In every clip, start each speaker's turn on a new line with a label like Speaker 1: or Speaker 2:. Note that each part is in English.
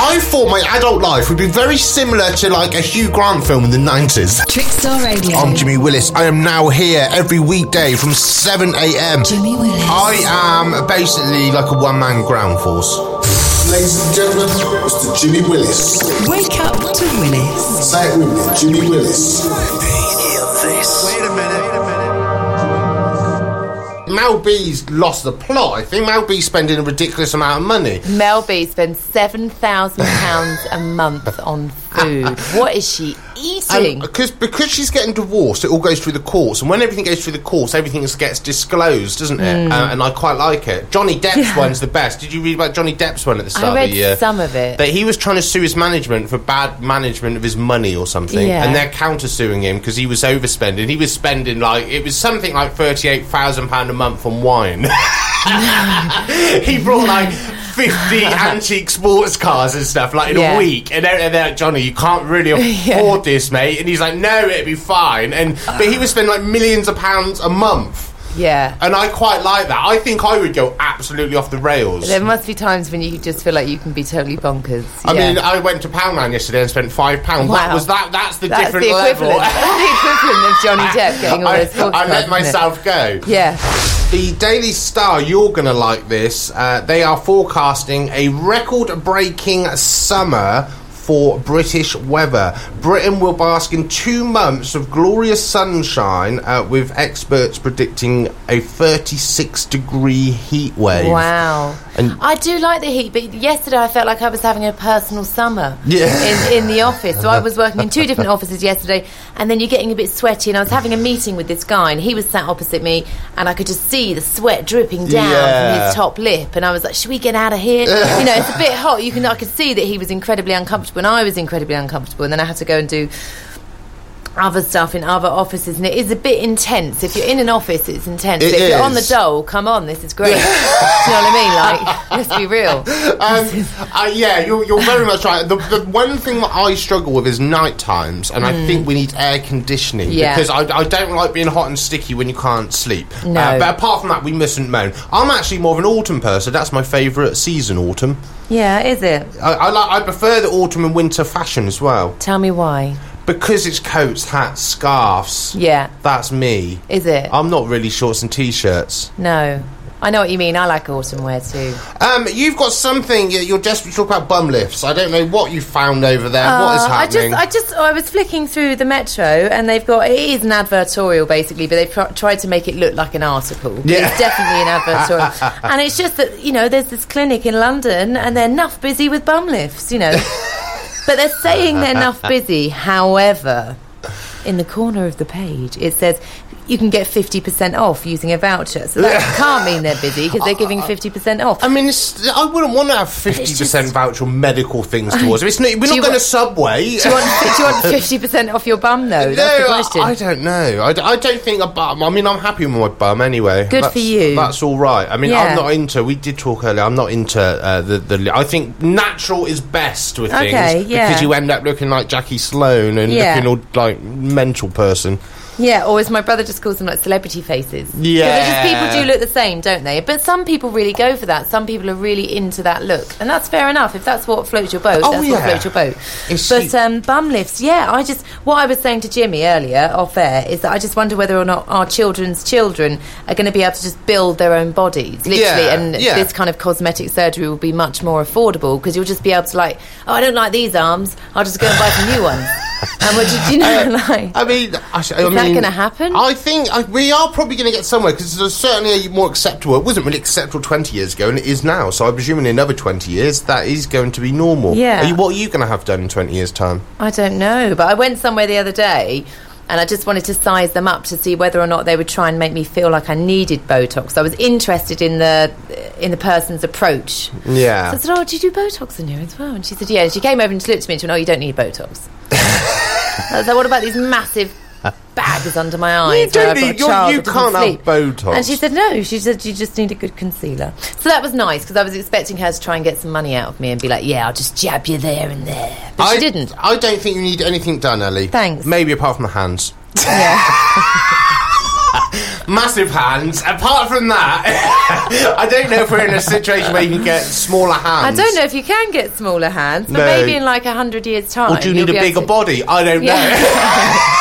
Speaker 1: I thought my adult life would be very similar to like a Hugh Grant film in the 90s.
Speaker 2: Trickstar Radio.
Speaker 1: I'm Jimmy Willis. I am now here every weekday from 7 a.m.
Speaker 2: Jimmy Willis.
Speaker 1: I am basically like a one man ground force.
Speaker 3: Ladies and gentlemen, Mr. Jimmy Willis.
Speaker 2: Wake up to Willis.
Speaker 3: Say it with me, Jimmy Willis.
Speaker 1: Mel B's lost the plot. I think Mel B's spending a ridiculous amount of money.
Speaker 4: Mel B spends seven thousand pounds a month on food. What is she eating?
Speaker 1: Because because she's getting divorced, it all goes through the courts, and when everything goes through the courts, everything is- gets disclosed, doesn't it? Uh, and I quite like it. Johnny Depp's one's the best. Did you read about Johnny Depp's one at the start of
Speaker 4: read
Speaker 1: the year?
Speaker 4: some of it.
Speaker 1: That he was trying to sue his management for bad management of his money or something,
Speaker 4: Yeah.
Speaker 1: and they're countersuing him because he was overspending. He was spending like it was something like thirty-eight thousand pound a month on wine. he brought like 50 antique sports cars and stuff like in
Speaker 4: Yeah.
Speaker 1: a week and they're, and they're like Johnny you can't really afford this mate and he's like no it'll be fine and but he would spend like millions of pounds a month
Speaker 4: yeah.
Speaker 1: and I quite like that I think I would go absolutely off the rails
Speaker 4: There must be times when you just feel like you can be totally bonkers.
Speaker 1: I
Speaker 4: Yeah.
Speaker 1: mean I went to Poundland yesterday and spent five pounds that
Speaker 4: Wow.
Speaker 1: was that that's the
Speaker 4: that's
Speaker 1: different
Speaker 4: the equivalent.
Speaker 1: level
Speaker 4: that's the equivalent of Johnny Depp getting all
Speaker 1: I,
Speaker 4: those sports
Speaker 1: I
Speaker 4: cards,
Speaker 1: let
Speaker 4: isn't it?
Speaker 1: myself go
Speaker 4: Yeah.
Speaker 1: The Daily Star, you're going to like this. Uh, they are forecasting a record breaking summer for British weather. Britain will bask in two months of glorious sunshine, uh, with experts predicting a 36 degree heat wave.
Speaker 4: Wow.
Speaker 1: And-
Speaker 4: I do like the heat, but yesterday I felt like I was having a personal summer
Speaker 1: Yeah.
Speaker 4: in, in the office. So I was working in two different offices yesterday, and then you're getting a bit sweaty. And I was having a meeting with this guy, and he was sat opposite me, and I could just see the sweat dripping down from
Speaker 1: Yeah.
Speaker 4: his top lip. And I was like, Should we get out of here? you know, it's a bit hot. You can I could see that he was incredibly uncomfortable, and I was incredibly uncomfortable. And then I had to go and do other stuff in other offices, and it is a bit intense. If you're in an office, it's intense.
Speaker 1: It
Speaker 4: but if you're on the
Speaker 1: is.
Speaker 4: dole, come on, this is great. Do you know what I mean? Like, let's be real.
Speaker 1: Um, uh, yeah, you're, you're very much right. The, the one thing that I struggle with is night times, and I think we need air conditioning
Speaker 4: Mm. Yeah.
Speaker 1: because I, I don't like being hot and sticky when you can't sleep.
Speaker 4: No.
Speaker 1: Uh, but apart from that, we mustn't moan. I'm actually more of an autumn person. That's my favourite season, autumn.
Speaker 4: Yeah, is it?
Speaker 1: I, I, like, I prefer the autumn and winter fashion as well
Speaker 4: Tell me why.
Speaker 1: because it's coats, hats, scarves.
Speaker 4: Yeah,
Speaker 1: That's me.
Speaker 4: is it?
Speaker 1: I'm not really shorts and t-shirts.
Speaker 4: no. I know what you mean. I like autumn wear too.
Speaker 1: Um, you've got something. You're you're desperate to talk about bum lifts. I don't know what you found over there. what is
Speaker 4: Uh,
Speaker 1: happening?
Speaker 4: I just, I just, I was flicking through the Metro, and they've got it is an advertorial basically, but they've pr- tried to make it look like an article. But
Speaker 1: Yeah.
Speaker 4: it's definitely an advertorial, and it's just that you know there's this clinic in London, and they're enough busy with bum lifts, you know, but they're saying they're enough busy. However, in the corner of the page, it says. You can get 50% off using a voucher. So that can't mean they're busy because they're giving 50% off.
Speaker 1: I mean, it's, I wouldn't want to have fifty percent voucher on medical things towards it. It's not, we're
Speaker 4: Do
Speaker 1: not
Speaker 4: you
Speaker 1: going to
Speaker 4: want-
Speaker 1: Subway.
Speaker 4: do you want do you want 50% off your bum though?
Speaker 1: no,
Speaker 4: That's the
Speaker 1: I-
Speaker 4: question.
Speaker 1: I, don't know. I, d- I don't think a bum. I mean, I'm happy with my bum anyway.
Speaker 4: Good for
Speaker 1: That's-
Speaker 4: you.
Speaker 1: That's all right. I mean, I'm
Speaker 4: Yeah.
Speaker 1: not into. We did talk earlier. I'm not into uh, the the. I think natural is best with
Speaker 4: Okay,
Speaker 1: things
Speaker 4: yeah.
Speaker 1: because you end up looking like Jackie Sloan and
Speaker 4: Yeah.
Speaker 1: looking all like mental person.
Speaker 4: Yeah, or as my brother just calls them, like celebrity faces. 'Cause they're
Speaker 1: Yeah.
Speaker 4: just people do look the same, don't they? But some people really go for that. Some people are really into that look, and that's fair enough. If that's what floats your boat,
Speaker 1: Oh,
Speaker 4: that's
Speaker 1: yeah.
Speaker 4: what floats your boat.
Speaker 1: It's
Speaker 4: but
Speaker 1: cheap.
Speaker 4: um, bum lifts, yeah. I just what I was saying to Jimmy earlier off air is that I just wonder whether or not our children's children are going to be able to just build their own bodies, literally,
Speaker 1: Yeah,
Speaker 4: and
Speaker 1: yeah.
Speaker 4: this kind of cosmetic surgery will be much more affordable because you'll just be able to like, oh, I don't like these arms. I'll just go and buy some new ones. And what did you know? like,
Speaker 1: Uh, I mean, I, is
Speaker 4: that gonna happen?
Speaker 1: I think I, we are probably going to get somewhere because there's certainly a more acceptable. It wasn't really acceptable 20 years ago, and it is now. So I presume in another 20 years that is going to be normal.
Speaker 4: Yeah.
Speaker 1: Are you, what are you going to have done in 20 years' time?
Speaker 4: I don't know, but I went somewhere the other day and I just wanted to size them up to see whether or not they would try and make me feel like I needed Botox. I was interested in the in the person's approach. So I
Speaker 1: Yeah.
Speaker 4: said, "Oh, do you do Botox in here as well?" And she said, "Yeah." And she came over and she looked at me and she went, "Oh, you don't need Botox." I was like, "What about these massive bags under my eyes?"
Speaker 1: don't
Speaker 4: where I've
Speaker 1: need-
Speaker 4: got a
Speaker 1: you're-
Speaker 4: child
Speaker 1: you
Speaker 4: that doesn't
Speaker 1: can't have
Speaker 4: sleep?"
Speaker 1: Botox.
Speaker 4: And she said, "No." She said, "You just need a good concealer." So that was nice because I was expecting her to try and get some money out of me and be like, "Yeah, I'll just jab you there and there." But she didn't.
Speaker 1: I don't think you need anything done, Ellie.
Speaker 4: Thanks.
Speaker 1: Maybe apart from the hands.
Speaker 4: Yeah.
Speaker 1: massive hands. Apart from that, I don't know if we're in a situation where you can get smaller
Speaker 4: I
Speaker 1: hands.
Speaker 4: don't know if you can get smaller hands, but
Speaker 1: No.
Speaker 4: maybe in like a hundred years' time.
Speaker 1: Or do you
Speaker 4: you'll
Speaker 1: need
Speaker 4: be
Speaker 1: a
Speaker 4: able
Speaker 1: bigger
Speaker 4: to-
Speaker 1: body? I don't know.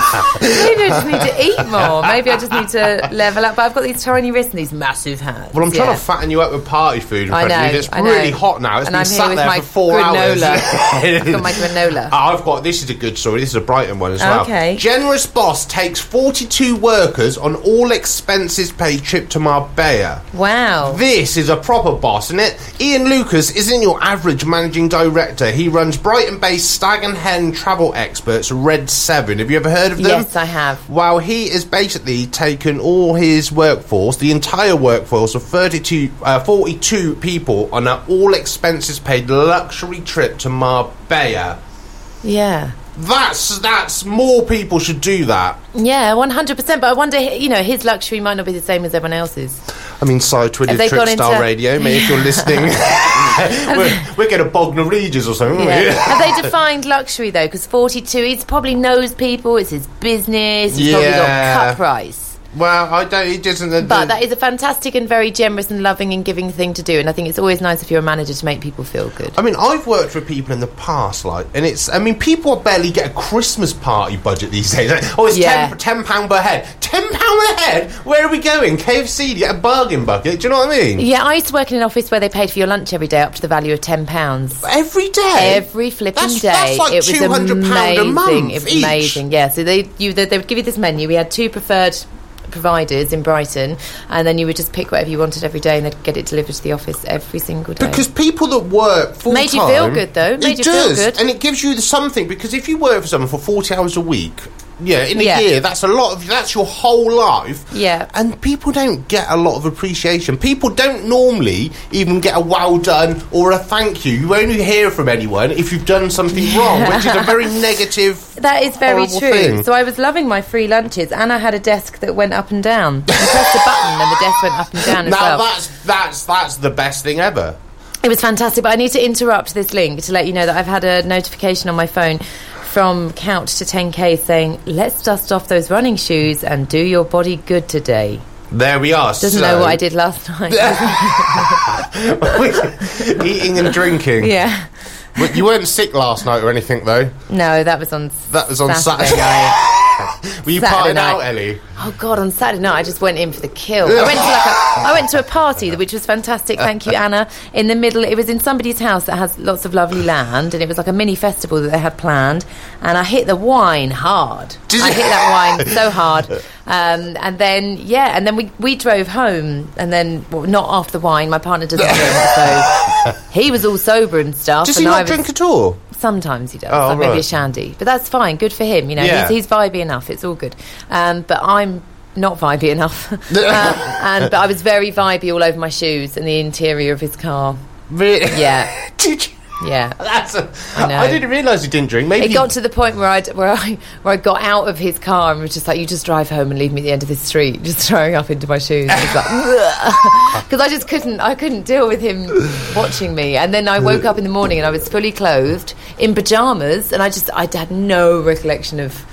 Speaker 4: Yeah. maybe I just need to eat more. Maybe I just need to level up. But I've got these tiny wrists and these massive hands.
Speaker 1: Well, I'm trying
Speaker 4: yeah.
Speaker 1: to fatten you up with party food.
Speaker 4: I
Speaker 1: Frederick.
Speaker 4: know,
Speaker 1: It's
Speaker 4: I know.
Speaker 1: really hot now. It's
Speaker 4: And
Speaker 1: been
Speaker 4: I'm here
Speaker 1: sat
Speaker 4: with
Speaker 1: there
Speaker 4: my
Speaker 1: for four hours.
Speaker 4: granola. I've got my granola.
Speaker 1: I've got this is a good story. This is a Brighton one as well.
Speaker 4: Okay.
Speaker 1: Generous boss takes 42 workers on all expenses paid trip to Marbella.
Speaker 4: Wow.
Speaker 1: This is a proper boss, isn't it? Ian Lucas isn't your average managing director. He runs Brighton based Stag and Hen travel experts Red Seven. Have you ever heard of them?
Speaker 4: Yes, I have.
Speaker 1: While he is basically taken all his workforce, the entire workforce of 32, uh, 42 people on an all expenses paid luxury trip to Marbella.
Speaker 4: Yeah.
Speaker 1: That's that's more people should do that.
Speaker 4: Yeah, one hundred percent. But I wonder, you know, his luxury might not be the same as everyone else's.
Speaker 1: I mean, side Twitter
Speaker 4: Have they
Speaker 1: Trip
Speaker 4: gone
Speaker 1: Style
Speaker 4: into-
Speaker 1: Radio, mate, if you're listening, we're, we're going to Bognor Regis or something, aren't
Speaker 4: Yeah.
Speaker 1: we?
Speaker 4: Have they defined luxury though? Because forty-two, he's probably knows people. It's his business. He's probably
Speaker 1: Yeah.
Speaker 4: got cut price.
Speaker 1: Well, I don't. It doesn't. the-
Speaker 4: But that is a fantastic and very generous and loving and giving thing to do. And I think it's always nice if you're a manager to make people feel good.
Speaker 1: I mean, I've worked with people in the past, like, and it's. I mean, people barely get a Christmas party budget these days. Like, oh, it's
Speaker 4: Yeah.
Speaker 1: ten, ten pound per head. Ten pound a head. Where are we going? KFC to get a bargain bucket. Do you know what I mean?
Speaker 4: Yeah, I used to work in an office where they paid for your lunch every day up to the value of ten pounds.
Speaker 1: Every day.
Speaker 4: Every flipping
Speaker 1: that's,
Speaker 4: day,
Speaker 1: That's like
Speaker 4: it was
Speaker 1: two hundred pound a
Speaker 4: amazing.
Speaker 1: month.
Speaker 4: it was
Speaker 1: each.
Speaker 4: amazing. Yeah, so they you they, they would give you this menu. We had two preferred providers in Brighton, and then you would just pick whatever you wanted every day, and they'd get it delivered to the office every single day.
Speaker 1: Because people that work full
Speaker 4: Made you
Speaker 1: time-
Speaker 4: feel good, though. Made
Speaker 1: it
Speaker 4: you feel
Speaker 1: does,
Speaker 4: good.
Speaker 1: and it gives you the something. Because if you work for someone for forty hours a week, yeah, in a
Speaker 4: Yeah.
Speaker 1: year, that's a lot of. That's your whole life.
Speaker 4: Yeah.
Speaker 1: and people don't get a lot of appreciation. People don't normally even get a well done or a thank you. You only hear from anyone if you've done something wrong, which is a very negative.
Speaker 4: that is very
Speaker 1: horrible
Speaker 4: true.
Speaker 1: thing.
Speaker 4: So I was loving my free lunches, and I had a desk that went up and down. You pressed the button, and the desk went up and down as
Speaker 1: now
Speaker 4: well.
Speaker 1: that's that's that's the best thing ever.
Speaker 4: It was fantastic, but I need to interrupt this link to let you know that I've had a notification on my phone from Couch to 10K saying, let's dust off those running shoes and do your body good today.
Speaker 1: There we are.
Speaker 4: Doesn't
Speaker 1: So-
Speaker 4: know what I did last night.
Speaker 1: eating and drinking.
Speaker 4: yeah.
Speaker 1: But you weren't sick last night or anything though.
Speaker 4: No, that was on
Speaker 1: That was on Saturday. Were you
Speaker 4: Saturday
Speaker 1: partying out,
Speaker 4: night.
Speaker 1: Ellie?
Speaker 4: Oh God! On Saturday night, I just went in for the kill. I went to like a, I went to a party which was fantastic. Thank you, Anna. In the middle, it was in somebody's house that has lots of lovely land, and it was like a mini festival that they had planned. And I hit the wine hard.
Speaker 1: Did
Speaker 4: I
Speaker 1: you?
Speaker 4: hit that wine so hard. Um, and then yeah, and then we we drove home, and then well, not after the wine. My partner doesn't drink, so he was all sober and stuff.
Speaker 1: Does
Speaker 4: and
Speaker 1: he
Speaker 4: I
Speaker 1: not
Speaker 4: was,
Speaker 1: drink at all?
Speaker 4: Sometimes he does,
Speaker 1: Oh,
Speaker 4: like maybe a
Speaker 1: right.
Speaker 4: shandy, but that's fine. Good for him, you know.
Speaker 1: Yeah.
Speaker 4: He's, he's vibey enough. It's all good. Um, but I'm not vibey enough. um, and but I was very vibey all over my shoes and the interior of his car.
Speaker 1: Really?
Speaker 4: Yeah,
Speaker 1: Did you?
Speaker 4: yeah.
Speaker 1: That's a,
Speaker 4: I know.
Speaker 1: I, didn't realise he didn't drink. Maybe
Speaker 4: It got to the point where I where I where I got out of his car and was just like, "You just drive home and leave me at the end of this street," just throwing up into my shoes. Because I just couldn't I couldn't deal with him watching me. And then I woke up in the morning and I was fully clothed in pajamas, and I just I had no recollection of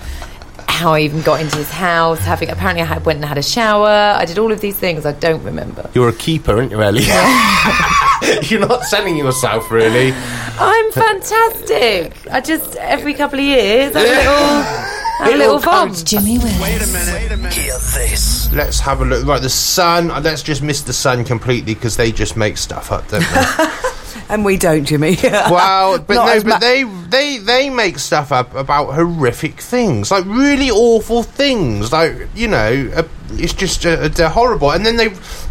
Speaker 4: how I even got into his house. Having apparently I had, went and had a shower. I did all of these things. I don't remember.
Speaker 1: You're a keeper, aren't you, Ellie? You're not selling yourself, really.
Speaker 4: I'm fantastic. I just every couple of years I'm a little. I'm a
Speaker 1: It
Speaker 4: little
Speaker 1: all comes
Speaker 4: vom.
Speaker 2: Jimmy Willis.
Speaker 1: Let's have a look. Right, the sun. uh, Let's just miss the sun completely because they just make stuff up, don't they?
Speaker 5: And we don't, Jimmy.
Speaker 1: well, but
Speaker 5: Not
Speaker 1: no,
Speaker 5: as
Speaker 1: but
Speaker 5: mu-
Speaker 1: they they they make stuff up about horrific things, like really awful things. Like you know, uh, it's just uh, they're horrible. And then they,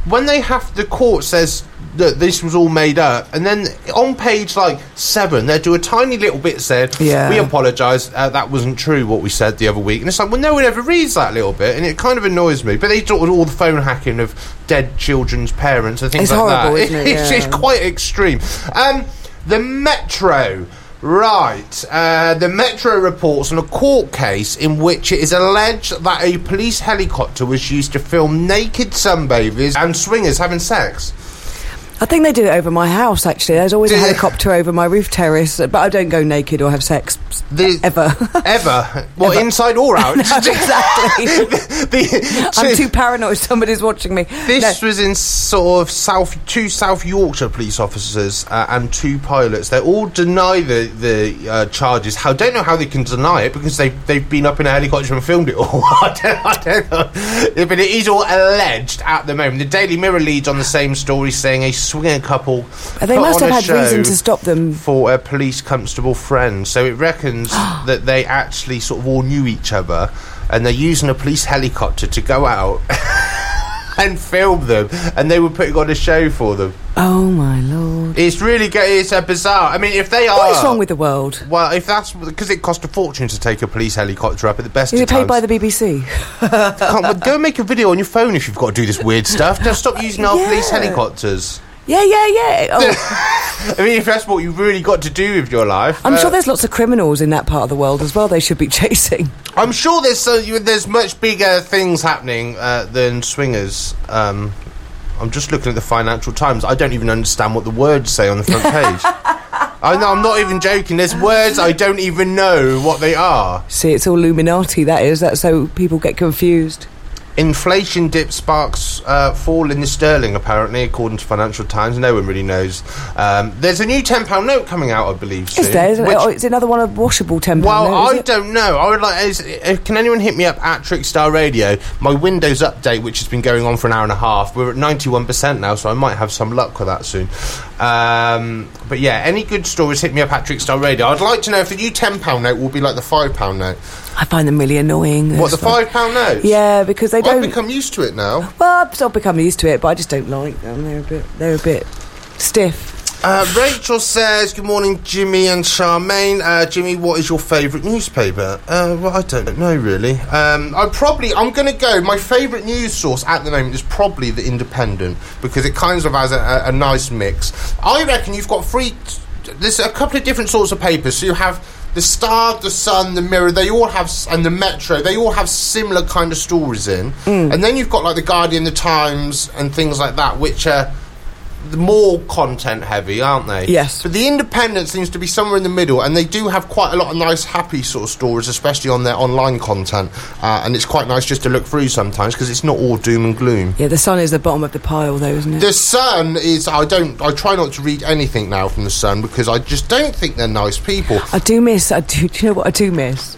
Speaker 1: when they have the court says that this was all made up, and then on page like seven, they do a tiny little bit saying,
Speaker 5: Yeah.
Speaker 1: we apologise. Uh, that wasn't true. What we said the other week, and it's like, well, no one ever reads that little bit, and it kind of annoys me. But they do all the phone hacking of dead children's parents and things
Speaker 5: It's
Speaker 1: like
Speaker 5: horrible,
Speaker 1: that.
Speaker 5: isn't it?
Speaker 1: It's, it's
Speaker 5: Yeah.
Speaker 1: quite extreme. Um, the Metro. Right, uh, the Metro reports on a court case in which it is alleged that a police helicopter was used to film naked sunbathers and swingers having sex.
Speaker 5: I think they do it over my house, actually. There's always a
Speaker 1: Do they?
Speaker 5: helicopter over my roof terrace, but I don't go naked or have sex
Speaker 1: The-
Speaker 5: ever.
Speaker 1: Ever? Well, inside or out?
Speaker 5: exactly.
Speaker 1: The-
Speaker 5: I'm too paranoid somebody's watching me.
Speaker 1: This was in sort of South two South Yorkshire police officers uh, and two pilots. They all deny the the uh, charges. How don't know how they can deny it because they they've been up in a helicopter and filmed it all. I, don't, I don't know, but it is all alleged at the moment. The Daily Mirror leads on the same story, saying a swinger couple
Speaker 5: They
Speaker 1: put
Speaker 5: must
Speaker 1: on
Speaker 5: have
Speaker 1: a
Speaker 5: had reason
Speaker 1: show
Speaker 5: to stop them.
Speaker 1: for a police constable friend. So it reckons that they actually sort of all knew each other, and they're using a police helicopter to go out and film them, and they were putting on a show for them.
Speaker 5: Oh, my lord.
Speaker 1: It's really go- it's a bizarre. I mean, if they are,
Speaker 5: What is wrong with the world?
Speaker 1: Well, if that's because it cost a fortune to take a police helicopter up at the best
Speaker 5: Is
Speaker 1: of
Speaker 5: it paid
Speaker 1: times.
Speaker 5: by the BBC?
Speaker 1: Can't- well, go and make a video on your phone if you've got to do this weird stuff. Just stop using our police
Speaker 5: Yeah.
Speaker 1: helicopters.
Speaker 5: Yeah, yeah, yeah. Oh,
Speaker 1: I mean, if that's what you really got to do with your life,
Speaker 5: I'm
Speaker 1: uh,
Speaker 5: sure there's lots of criminals in that part of the world as well they should be chasing.
Speaker 1: I'm sure there's uh, you- there's much bigger things happening uh, than swingers. Um, I'm just looking at the Financial Times. I don't even understand what the words say on the front page. I know I'm not even joking. There's words I don't even know what they are.
Speaker 5: See, it's all Illuminati, that is. That's so people get confused.
Speaker 1: Inflation dip sparks uh, fall in the sterling, apparently, according to Financial Times. No one really knows. Um, there's a new ten pound note coming out, I believe.
Speaker 5: Is
Speaker 1: soon,
Speaker 5: there? Is, it-
Speaker 1: which-
Speaker 5: oh, it's another one of washable temper.
Speaker 1: Well,
Speaker 5: no, is
Speaker 1: I
Speaker 5: it?
Speaker 1: don't know. I would like. Is, uh, can anyone hit me up at Trickstar Radio? My Windows update, which has been going on for an hour and a half, we're at ninety-one percent now, so I might have some luck with that soon. Um, but yeah, any good stories, hit me up at Trickstar Radio. I'd like to know if the new ten-pound note will be like the five-pound note.
Speaker 5: I find them really annoying.
Speaker 1: What the
Speaker 5: It's like-
Speaker 1: five-pound note?
Speaker 5: Yeah, because they
Speaker 1: I've
Speaker 5: don't.
Speaker 1: become used to it now.
Speaker 5: well, I've sort of become used to it, but I just don't like them. They're a bit. They're a bit stiff.
Speaker 1: Uh, Rachel says, "Good morning, Jimmy and Charmaine. Uh, Jimmy, what is your favourite newspaper? Uh, well, I don't know really. Um, I probably I'm going to go. My favourite news source at the moment is probably the Independent because it kind of has a, a, a nice mix. I reckon you've got three. There's a couple of different sorts of papers. So you have the Star, the Sun, the Mirror. They all have s- and the Metro. They all have similar kind of stories in. And then you've got like the Guardian, the Times, and things like that, which are the more content heavy, aren't they?
Speaker 5: Yes.
Speaker 1: But the Independent seems to be somewhere in the middle, and they do have quite a lot of nice, happy sort of stories, especially on their online content. Uh, and it's quite nice just to look through sometimes because it's not all doom and gloom.
Speaker 5: Yeah, the sun is the bottom of the pile, though, isn't it?
Speaker 1: The Sun is. I don't. I try not to read anything now from the Sun because I just don't think they're nice people.
Speaker 5: I do miss. I do. Do you know what I do miss?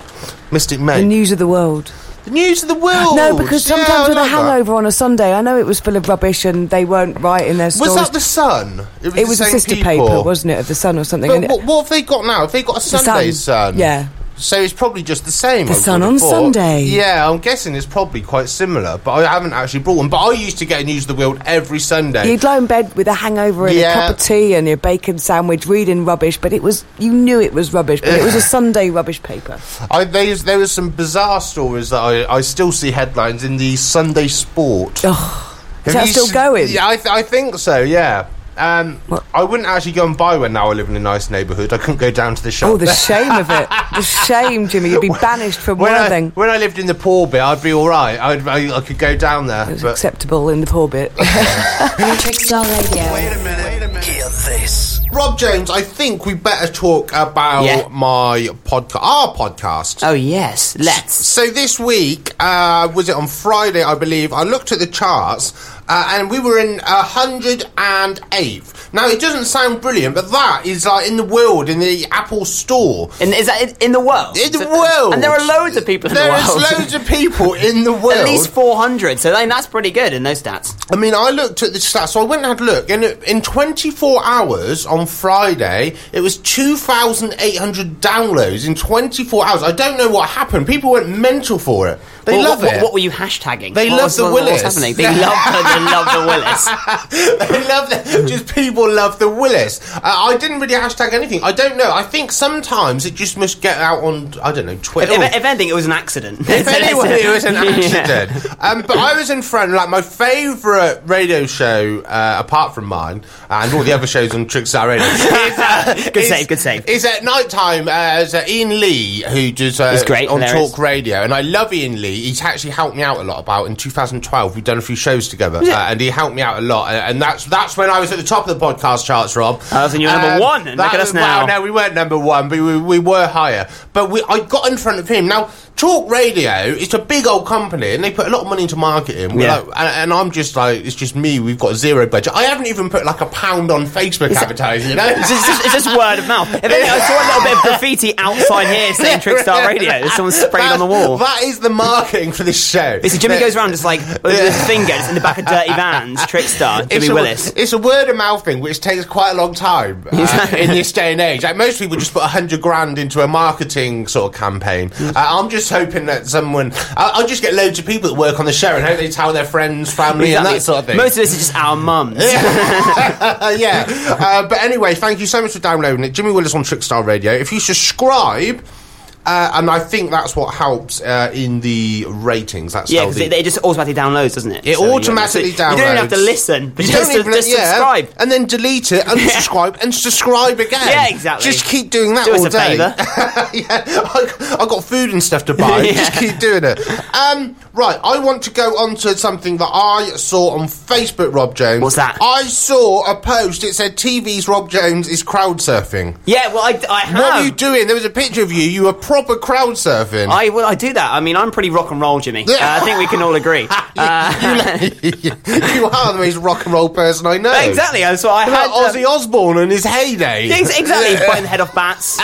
Speaker 1: Mystic
Speaker 5: The
Speaker 1: May.
Speaker 5: news of the world.
Speaker 1: The news of the world.
Speaker 5: No, because
Speaker 1: Oh, Yeah,
Speaker 5: sometimes
Speaker 1: I
Speaker 5: with a
Speaker 1: like that.
Speaker 5: hangover on a Sunday, I know it was full of rubbish and they weren't right in their
Speaker 1: Was
Speaker 5: stories.
Speaker 1: that the Sun?
Speaker 5: it was a
Speaker 1: same
Speaker 5: sister paper,
Speaker 1: people.
Speaker 5: wasn't it, of the Sun or something?
Speaker 1: But
Speaker 5: and it-
Speaker 1: what, what have they got now? Have they got a
Speaker 5: Sun.
Speaker 1: Sunday sun?
Speaker 5: Yeah.
Speaker 1: So it's probably just the same. I
Speaker 5: Sun
Speaker 1: would've
Speaker 5: on
Speaker 1: thought.
Speaker 5: Sunday.
Speaker 1: Yeah, I'm guessing it's probably quite similar, but I haven't actually brought one. But I used to get News of the World every Sunday.
Speaker 5: You'd lie in bed with a hangover and
Speaker 1: Yeah.
Speaker 5: a cup of tea and your bacon sandwich, reading rubbish, but it was you knew it was rubbish, but it was a Sunday rubbish paper.
Speaker 1: I, there, is, there was some bizarre stories that I, I still see headlines in the Sunday Sport.
Speaker 5: Oh, is
Speaker 1: Have
Speaker 5: that
Speaker 1: you
Speaker 5: still
Speaker 1: s-
Speaker 5: going?
Speaker 1: Yeah, I, th- I think so. Yeah. Um,
Speaker 5: What?
Speaker 1: I wouldn't actually go and buy one now. I live in a nice neighbourhood. I couldn't go down to the shop.
Speaker 5: Oh, the shame of it! The shame, Jimmy. You'd be banished from
Speaker 1: when
Speaker 5: one
Speaker 1: I,
Speaker 5: thing.
Speaker 1: when I lived in the poor bit, I'd be all right. I'd, I, I could go down there.
Speaker 5: It's
Speaker 1: but-
Speaker 5: acceptable in the poor bit.
Speaker 2: Trickstar Radio.
Speaker 6: Hear this.
Speaker 1: Rob James, I think we better talk about
Speaker 6: Yeah.
Speaker 1: my podcast, our podcast.
Speaker 6: Oh yes, let's.
Speaker 1: So this week, uh, was it on Friday? I believe I looked at the charts, uh, and we were in hundred and eighth. Now it doesn't sound brilliant, but that is like in the world in the Apple Store.
Speaker 6: And is that in, in the world?
Speaker 1: In the
Speaker 6: So-
Speaker 1: world,
Speaker 6: And there are loads of people in
Speaker 1: There
Speaker 6: the
Speaker 1: is
Speaker 6: world.
Speaker 1: loads of people in the world.
Speaker 6: At least 400, so I mean, that's pretty good in those stats.
Speaker 1: I mean, I looked at the stats, so I went and had a look, and it- in 24 hours on Friday, it was 2,800 downloads in 24 hours. I don't know what happened. People went mental for it. They
Speaker 6: Well,
Speaker 1: love
Speaker 6: what,
Speaker 1: it.
Speaker 6: What, what were you hashtagging?
Speaker 1: They
Speaker 6: What
Speaker 1: love
Speaker 6: was-
Speaker 1: the
Speaker 6: what- what was
Speaker 1: Willis.
Speaker 6: happening? They love the, they love the Willis.
Speaker 1: they love
Speaker 6: Hmm.
Speaker 1: the, just people love the Willis. Uh, I didn't really hashtag anything. I don't know. I think sometimes it just must get out on I don't know Twitter.
Speaker 6: If, if anything, it was an accident.
Speaker 1: Oh. if anyone, it was an accident. Um, but I was in front, like my favourite radio show, uh, apart from mine and all the other shows on Trickstar Radio. Is, uh,
Speaker 6: Good
Speaker 1: is-
Speaker 6: save, good save.
Speaker 1: Is at night time uh, as uh, Ian Lee, who does uh,
Speaker 6: He's great,
Speaker 1: on
Speaker 6: hilarious.
Speaker 1: Talk Radio, and I love Ian Lee. He's actually helped me out a lot about in 2012. We've done a few shows together.
Speaker 5: it-
Speaker 1: uh, and he helped me out a lot. And, and that's that's when I was at the top of the podcast charts, Rob. Um,
Speaker 6: Oh, so you were number one, and look
Speaker 1: that
Speaker 6: at us
Speaker 1: was- well,
Speaker 6: now.
Speaker 1: no, we weren't number one, but we, we were higher. But we, I got in front of him. Now, Talk Radio, it's a big old company, and they put a lot of money into marketing. We're
Speaker 6: Yeah.
Speaker 1: like- and, and I'm just like, it's just me. We've got zero budget. I haven't even put like a pound on Facebook advertising. You know,
Speaker 6: It's just, it's just word of mouth. If anything, I saw a little bit of graffiti outside here saying Trickstar Radio. There's someone sprayed on the
Speaker 1: That's-
Speaker 6: wall.
Speaker 1: That is the marketing for this show.
Speaker 6: It's Jimmy
Speaker 1: That-
Speaker 6: goes around just like with his fingers in the back of dirty vans. Trickstar, Jimmy
Speaker 1: it's
Speaker 6: Willis.
Speaker 1: A, it's a word of mouth thing, which takes quite a long time uh, in this day and age. Like most people just put hundred grand into a marketing sort of campaign.
Speaker 6: Mm.
Speaker 1: Uh, I'm just hoping that someone, I, I'll just get loads of people that work on the show and hope they tell their friends, family, and that sort of thing.
Speaker 6: Most of this is just our mums.
Speaker 1: yeah. Uh, but anyway, thank you so much for downloading it. Jimmy Willis on Trickstar Radio. If you subscribe. Uh, and I think that's what helps uh, in the ratings. That's
Speaker 6: Yeah,
Speaker 1: how
Speaker 6: because
Speaker 1: the-
Speaker 6: it, it just automatically downloads, doesn't it?
Speaker 1: It
Speaker 6: you-
Speaker 1: automatically
Speaker 6: you don't even have to
Speaker 1: downloads.
Speaker 6: listen, but
Speaker 1: You
Speaker 6: just,
Speaker 1: don't even-
Speaker 6: just
Speaker 1: yeah,
Speaker 6: subscribe.
Speaker 1: and then delete it, unsubscribe, and subscribe again.
Speaker 6: Yeah, exactly.
Speaker 1: Just keep doing that
Speaker 6: Do us
Speaker 1: all
Speaker 6: a
Speaker 1: day.
Speaker 6: favour.
Speaker 1: yeah, I, I got food and stuff to buy.
Speaker 6: Yeah.
Speaker 1: Just keep doing it. Um, right, I want to go on to something that I saw on Facebook, Rob Jones.
Speaker 6: What's that?
Speaker 1: I saw a post. It said TV's Rob Jones is crowd surfing.
Speaker 6: Yeah, well, I, I have.
Speaker 1: What are you doing? There was a picture of you. You were proper crowd surfing.
Speaker 6: I well, I do that. I mean, I'm pretty rock and roll, Jimmy.
Speaker 1: Yeah.
Speaker 6: Uh, I think we can all agree. Uh,
Speaker 1: you are the most rock and roll person I know.
Speaker 6: exactly. uh, So I
Speaker 1: What about Ozzy
Speaker 6: had um,
Speaker 1: Osbourne and his heyday.
Speaker 6: yeah, ex- exactly biting the head off bats.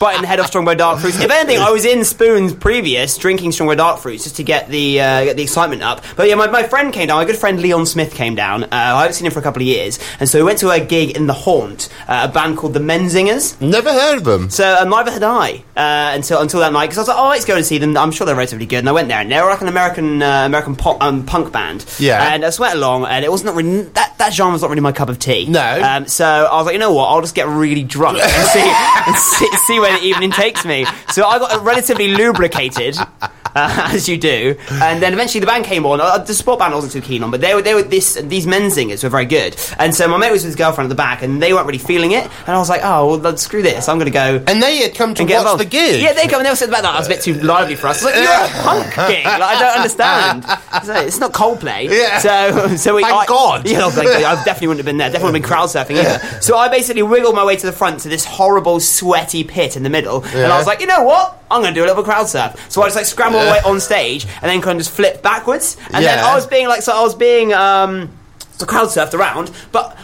Speaker 6: Biting the head off Strongbow Dark Fruits. If anything, I was in Spoon's previous drinking Strongbow Dark Fruits just to get the uh, get the excitement up. But yeah, my, my friend came down. My good friend Leon Smith came down. Uh, I haven't seen him for a couple of years, and so we went to a gig in the Haunt, uh, a band called the Menzingers.
Speaker 1: Never heard of them.
Speaker 6: So uh, neither had I uh, until until that night because I was like, oh, let's go and see them. I'm sure they're relatively good. And I went there, and they were like an American uh, American pop, um, punk band.
Speaker 1: Yeah.
Speaker 6: And I just went along, and it wasn't really that that genre was not really my cup of tea.
Speaker 1: No.
Speaker 6: Um, so I was like, you know what? I'll just get really drunk and see and see, see where the evening takes me. So I got relatively lubricated. Uh, as you do, and then eventually the band came on. Uh, the sport band I wasn't too keen on, but they were they were this these men singers were very good. And so my mate was with his girlfriend at the back, and they weren't really feeling it. And I was like, oh well, then screw this. I'm going to go
Speaker 1: And they had come to
Speaker 6: and
Speaker 1: watch
Speaker 6: get involved.
Speaker 1: the gig.
Speaker 6: Yeah, they come and they all said about that. I was a bit too lively for us. I was like, you're a punk gig. Like, I don't understand. So, it's not Coldplay.
Speaker 1: Yeah.
Speaker 6: So, so we,
Speaker 1: Thank
Speaker 6: I,
Speaker 1: God.
Speaker 6: Yeah, oh, thank God. I definitely wouldn't have been there. Definitely wouldn't have been crowd surfing either. So I basically wiggled my way to the front to this horrible sweaty pit in the middle, and I was like, you know what? I'm going to do a little crowd surf. So I just like scramble my way on stage and then kind of just flip backwards. And then
Speaker 1: Yeah.
Speaker 6: I was being like, so I was being um, so crowd surfed around, but.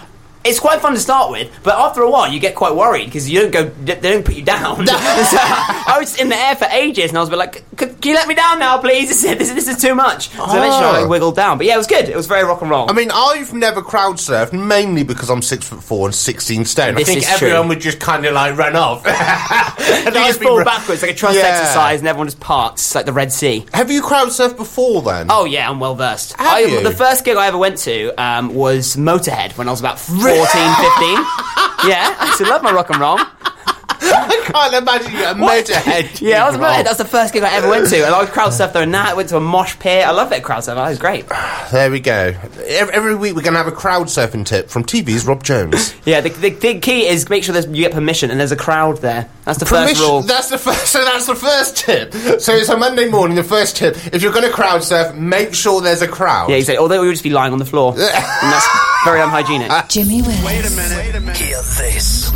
Speaker 6: It's quite fun to start with, but after a while you get quite worried because you don't go. They don't put you down. so I was in the air for ages, and I was a bit like, "C- c- "Can you let me down now, please? This is this, is- this is too much." So eventually I
Speaker 1: Oh.
Speaker 6: like, wiggled down, but yeah, it was good. It was very rock and roll.
Speaker 1: I mean, I've never crowd surfed mainly because I'm six foot four and sixteen stone. I
Speaker 6: This
Speaker 1: think
Speaker 6: is
Speaker 1: everyone
Speaker 6: true.
Speaker 1: would just kind of like run off.
Speaker 6: you
Speaker 1: and I'd
Speaker 6: just
Speaker 1: be
Speaker 6: fall
Speaker 1: ru-
Speaker 6: backwards like a trust
Speaker 1: Yeah.
Speaker 6: exercise, and everyone just parts like the Red Sea.
Speaker 1: Have you crowd surfed before then?
Speaker 6: Oh yeah, I'm well versed.
Speaker 1: Have
Speaker 6: I,
Speaker 1: you?
Speaker 6: The first gig I ever went to um, was Motorhead when I was about 14, 15. yeah, I still love my rock and roll.
Speaker 1: I can't imagine you at a motorhead.
Speaker 6: Yeah, I was
Speaker 1: gig,
Speaker 6: Motorhead.
Speaker 1: Rob.
Speaker 6: That was the first gig I ever went to, and I was crowd surfed there and that. I went to a mosh pit. I love it crowd surfing. That was great.
Speaker 1: There we go. Every, every week we're going to have a crowd surfing tip from TV's Rob Jones.
Speaker 6: Yeah, the, the, the key is make sure there's, you get permission and there's a crowd there. That's the first
Speaker 1: Permission-
Speaker 6: rule.
Speaker 1: That's the first. So that's the first tip. So it's a Monday morning. The first tip: if you're going to crowd surf, make sure there's a crowd.
Speaker 6: yeah, exactly. Although we would just be lying on the floor, and that's very unhygienic.
Speaker 1: Uh,
Speaker 2: Jimmy Willis.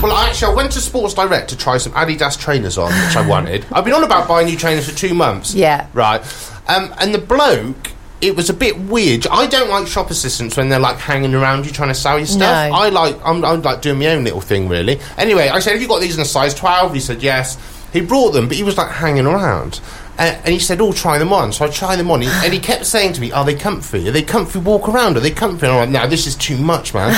Speaker 1: Well, I actually, I went to Sports Direct to try some Adidas trainers on, which I wanted. I've been on about buying new trainers for two months.
Speaker 4: Yeah.
Speaker 1: Right. Um, and the bloke, it was a bit weird. I don't like shop assistants when they're like hanging around you trying to sell you stuff.
Speaker 4: No.
Speaker 1: I like, I'm, I'm like doing my own little thing, really. Anyway, I said, Have you got these in a size 12? He said, Yes. He brought them, but he was like hanging around. And, and he said, Oh, try them on. So I tried them on. and he kept saying to me, Are they comfy? Are they comfy walk around? Are they comfy? And I'm like, No, this is too much, man.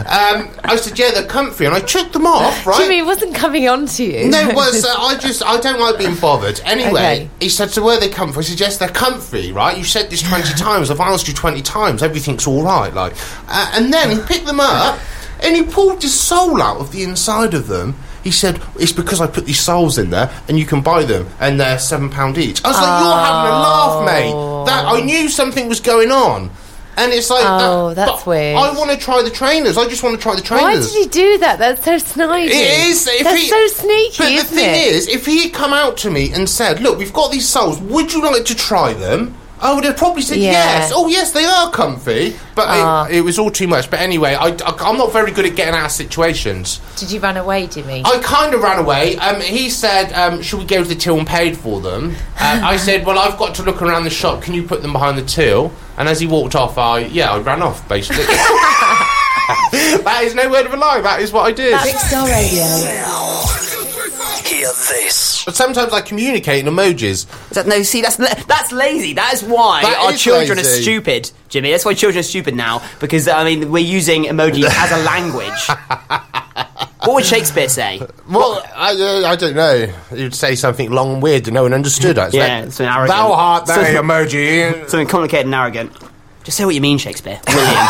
Speaker 1: um, I said, Yeah, they're comfy. And I took them off, right?
Speaker 4: Jimmy, it wasn't coming on to you.
Speaker 1: No, uh, well, so I just I don't like being bothered. Anyway,
Speaker 4: Okay.
Speaker 1: he said, "So where they come from?" I said, "Yes, they're comfy, right? You said this twenty times. I've asked you twenty times. Everything's all right." Like, uh, and then he picked them up and he pulled his soul out of the inside of them. He said, "It's because I put these soles in there, and you can buy them, and they're seven pound each." I was like, "You're having a laugh, mate. That I knew something was going on." And it's like,
Speaker 4: Oh,
Speaker 1: that-
Speaker 4: that's
Speaker 1: but
Speaker 4: weird.
Speaker 1: I want to try the trainers. I just want to try the trainers.
Speaker 4: Why did he do that? That's so snidey.
Speaker 1: It is. If
Speaker 4: That's
Speaker 1: he-
Speaker 4: so sneaky,
Speaker 1: But
Speaker 4: isn't
Speaker 1: the thing
Speaker 4: it?
Speaker 1: is, if he had come out to me and said, "Look, we've got these souls. Would you like to try them?" Oh, they probably said
Speaker 4: Yeah.
Speaker 1: yes. Oh, yes, they are comfy. But
Speaker 4: Ah.
Speaker 1: it, it was all too much. But anyway, I, I, am not very good at getting out of situations.
Speaker 4: Did you run away, Jimmy?
Speaker 1: I kind of ran away. Um, he said, um, Should we go to the till and paid for them? Um, I said, Well, I've got to look around the shop. Can you put them behind the till? And as he walked off, I, yeah, I ran off, basically. that is no word of a lie. That is what I did.
Speaker 2: Star Radio.
Speaker 7: Hear this.
Speaker 1: But sometimes I communicate in emojis.
Speaker 6: That- no, see, that's la- that's lazy. That is why
Speaker 1: That
Speaker 6: our
Speaker 1: is
Speaker 6: children
Speaker 1: lazy.
Speaker 6: are stupid, Jimmy. That's why children are stupid now because I mean we're using emojis as a language. what would Shakespeare say?
Speaker 1: Well, I, uh, I don't know. You'd say something long and weird that no one understood. I
Speaker 6: Yeah,
Speaker 1: expect.
Speaker 6: it's an arrogant-
Speaker 1: Thou art thy
Speaker 6: So-
Speaker 1: emoji.
Speaker 6: Something complicated and arrogant. Just say what you mean, Shakespeare. William.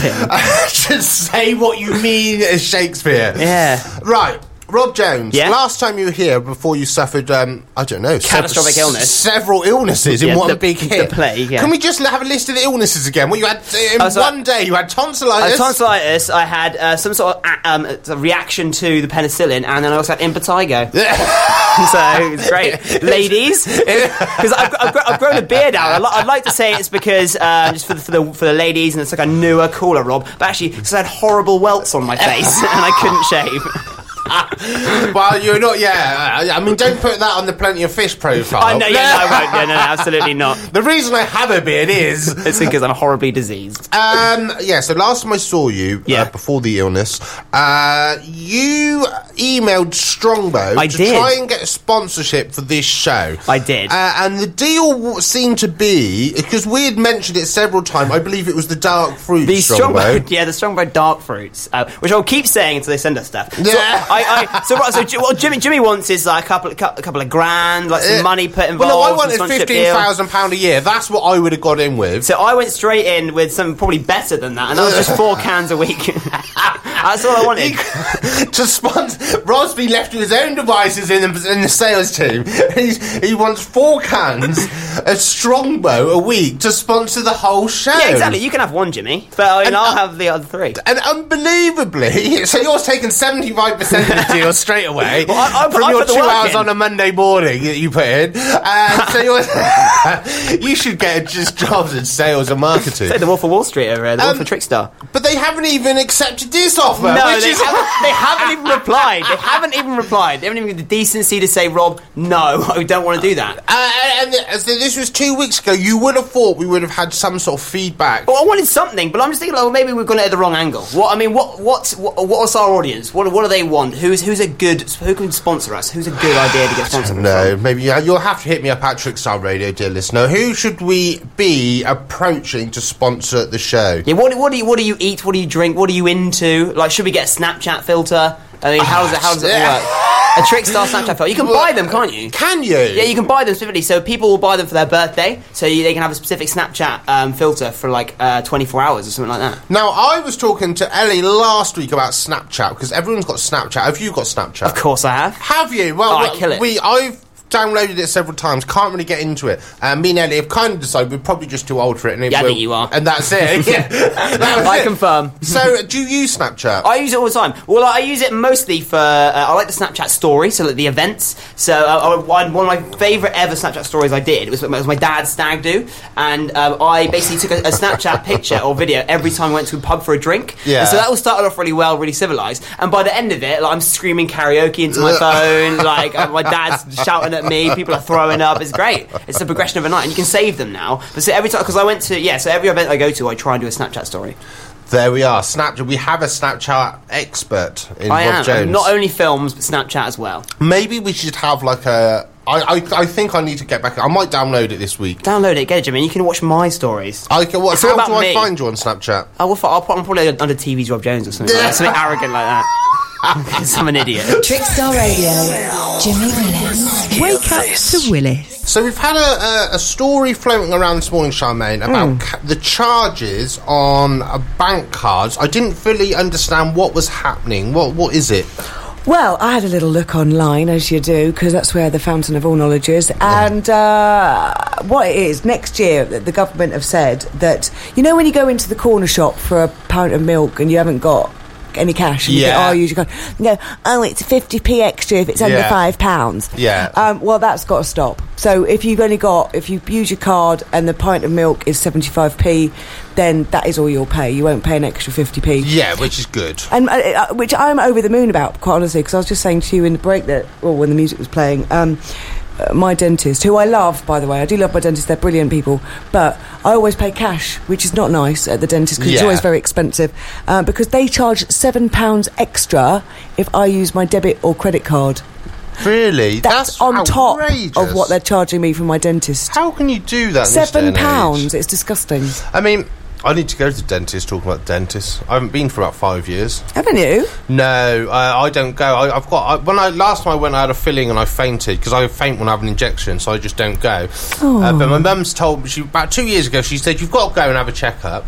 Speaker 1: Just say what you mean, as Shakespeare.
Speaker 6: Yeah.
Speaker 1: Right, Rob Jones.
Speaker 6: Yeah?
Speaker 1: Last time you were here, before you suffered, um, I don't know, sev-
Speaker 6: Catastrophic illness.
Speaker 1: several illnesses in
Speaker 6: Yeah,
Speaker 1: one
Speaker 6: the-
Speaker 1: big
Speaker 6: the
Speaker 1: hit.
Speaker 6: plague, yeah.
Speaker 1: Can we just have a list of the illnesses again? What you had uh, in
Speaker 6: Oh, so-
Speaker 1: one day? You had
Speaker 6: I
Speaker 1: tonsillitis.
Speaker 6: had tonsillitis. I had uh, some sort of a- um, a reaction to the penicillin, and then I also had impetigo. so it's great, ladies. Because I've, gr- I've, gr- I've grown a beard out. I'd, li- I'd like to say it's because um, just for the, for the for the ladies, and it's like a newer, cooler Rob. But actually, because I had horrible welts on my face, and I couldn't shave.
Speaker 1: well, you're not. Yeah, I, I mean, don't put that on the plenty of fish profile.
Speaker 6: I know, yeah, Oh, no, I won't. Yeah, no, no, absolutely not.
Speaker 1: The reason I have a beard is
Speaker 6: It's because I'm horribly diseased.
Speaker 1: Um, yeah, so last time I saw you,
Speaker 6: Yeah.
Speaker 1: uh, before the illness, uh, you emailed Strongbow
Speaker 6: I
Speaker 1: to
Speaker 6: did.
Speaker 1: try and get sponsorship for this show.
Speaker 6: I did.
Speaker 1: Uh, and the deal w- seemed to be, because we had mentioned it several times, I believe it was the dark fruit
Speaker 6: The
Speaker 1: Strongbow.
Speaker 6: strongbow, yeah, the strongbow dark fruits, uh, which I'll keep saying until they send us stuff. So,
Speaker 1: Yeah.
Speaker 6: I, I, so, right, so Ji- what Jimmy, Jimmy wants is like a couple, a couple, a couple of grand, like some
Speaker 1: Uh,
Speaker 6: money put involved.
Speaker 1: Well, no, I
Speaker 6: some
Speaker 1: wanted
Speaker 6: sponsorship
Speaker 1: fifteen
Speaker 6: deal.
Speaker 1: thousand pound a year. That's what I would have got in with.
Speaker 6: So I went straight in with something probably better than that, and that was just four cans a week. That's all I wanted.
Speaker 1: to sponsor, Rosby left with his own devices in the, in the sales team. He's, he wants four cans of Strongbow a week to sponsor the whole show.
Speaker 6: Yeah, exactly. You can have one, Jimmy, but I mean,
Speaker 1: And,
Speaker 6: I'll
Speaker 1: uh,
Speaker 6: have the other three.
Speaker 1: And unbelievably, so you're taking 75% of the deal straight away
Speaker 6: Well, I- I put-
Speaker 1: from
Speaker 6: I
Speaker 1: your
Speaker 6: put the
Speaker 1: two
Speaker 6: work
Speaker 1: hours
Speaker 6: in.
Speaker 1: on a Monday morning that you put in. Uh, so you're, you should get just jobs in sales and marketing.
Speaker 6: Say the Wolf of Wall Street over there, the
Speaker 1: Um,
Speaker 6: Wolf of Trickstar.
Speaker 1: But they haven't even accepted this offer.
Speaker 6: No,
Speaker 1: which
Speaker 6: they
Speaker 1: is
Speaker 6: haven't, they haven't even replied. They haven't even replied. They haven't even the decency to say, Rob, no, I don't want to do that.
Speaker 1: Uh, and, and so this was two weeks ago. You would have thought we would have had some sort of feedback.
Speaker 6: Well, I wanted something, but I'm just thinking, oh, maybe we've gone at the wrong angle. What I mean, what what what, what's our audience? What what do they want? Who's who's a good who can sponsor us? Who's a good idea to get sponsored?
Speaker 1: No,
Speaker 6: from?
Speaker 1: maybe you- you'll have to hit me up at Trickstar Radio, dear listener. Who should we be approaching to sponsor the show?
Speaker 6: Yeah. What what do you what do you eat? What do you drink? What are you into? Like, should we get a Snapchat filter? I mean, how does it how does it
Speaker 1: Yeah.
Speaker 6: work? A Trickstar Snapchat filter. You can buy them, can't you?
Speaker 1: Can you?
Speaker 6: Yeah, you can buy them specifically. So people will buy them for their birthday, so you, they can have a specific Snapchat um, filter for like uh, 24 hours or something like that.
Speaker 1: Now, I was talking to Ellie last week about Snapchat because everyone's got Snapchat. Have you got Snapchat?
Speaker 6: Of course, I have.
Speaker 1: Have you? Well,
Speaker 6: Oh, I
Speaker 1: well,
Speaker 6: kill it.
Speaker 1: we I've downloaded it several times. Can't really get into it. Um, me and Ellie have kind of decided we're probably just too old for it. And it
Speaker 6: Yeah, I
Speaker 1: will-
Speaker 6: think you are.
Speaker 1: And that's it. yeah, That was
Speaker 6: I
Speaker 1: it.
Speaker 6: confirm.
Speaker 1: So, do you use Snapchat?
Speaker 6: I use it all the time. Well, I use it mostly for uh, I like the Snapchat story, so like the events. So uh, I- one one of my favourite ever Snapchat stories I did was, was my dad's stag do, and um, I basically took a, a Snapchat picture or video every time I went to a pub for a drink.
Speaker 1: Yeah.
Speaker 6: And so that all started off really well, really civilised, and by the end of it, like, I'm screaming karaoke into my phone, like uh, my dad's shouting at me, people are throwing up. It's great. It's the progression of a night, and you can save them now. But so every time, because I went to yeah, so every event I go to, I try and do a Snapchat story.
Speaker 1: there we are. Snapchat. We have a Snapchat expert in
Speaker 6: I
Speaker 1: Rob
Speaker 6: am
Speaker 1: Jones.
Speaker 6: not only films but Snapchat as well.
Speaker 1: Maybe we should have like a. I, I, I think I need to get back. I might download it this week.
Speaker 6: Download it, get it, Jimmy. and You can watch my stories.
Speaker 1: I can, what,
Speaker 6: It's all
Speaker 1: how
Speaker 6: about
Speaker 1: do I
Speaker 6: me.
Speaker 1: find you on Snapchat?
Speaker 6: I will, I'll, put- I'm probably under TV's Rob Jones or something. Like that. Something arrogant like that. 'Cause I'm an idiot.
Speaker 2: Trickstar Radio. Jimmy Willis.
Speaker 7: Wake up to
Speaker 8: Willis.
Speaker 1: So we've had a, a, a story floating around this morning, Charmaine,
Speaker 5: Hmm.
Speaker 1: about ca- the charges on uh, bank cards. I didn't fully understand what was happening. What what is it?
Speaker 5: Well, I had a little look online, as you do, because that's where the fountain of all knowledge is. And uh, what it is, next year, th- the government have said that, you know, when you go into the corner shop for a pint of milk and you haven't got any cash. And
Speaker 1: Yeah.
Speaker 5: You go, oh, you go, no, oh, it's 50p extra if it's under
Speaker 1: Yeah.
Speaker 5: five pounds.
Speaker 1: Yeah.
Speaker 5: Um, well, that's got to stop. So if you've only got, if you use your card and the pint of milk is 75p, then that is all you'll pay. You won't pay an extra 50p.
Speaker 1: Yeah, which is good.
Speaker 5: And uh, uh, which I'm over the moon about, quite honestly, because I was just saying to you in the break that, well, when the music was playing, um, uh, my dentist, who I love, by the way, I do love my dentist, they're brilliant people, but I always pay cash, which is not nice at the dentist because it's
Speaker 1: Yeah.
Speaker 5: always very expensive, uh, because they charge £7 extra if I use my debit or credit card.
Speaker 1: Really?
Speaker 5: That's, on
Speaker 1: outrageous.
Speaker 5: top of what they're charging me from my dentist.
Speaker 1: How can you do that? in this day
Speaker 5: Seven
Speaker 1: and age?
Speaker 5: pounds. It's disgusting.
Speaker 1: I mean, I need to go to the dentist. Talking about the dentist, I haven't been for about five years.
Speaker 5: Haven't you?
Speaker 1: No, I, I don't go. I, I've got I, when I last time I went, I had a filling and I fainted because I faint when I have an injection, so I just don't go. Uh, but my mum's told me she about two years ago. She said you've got to go and have a checkup.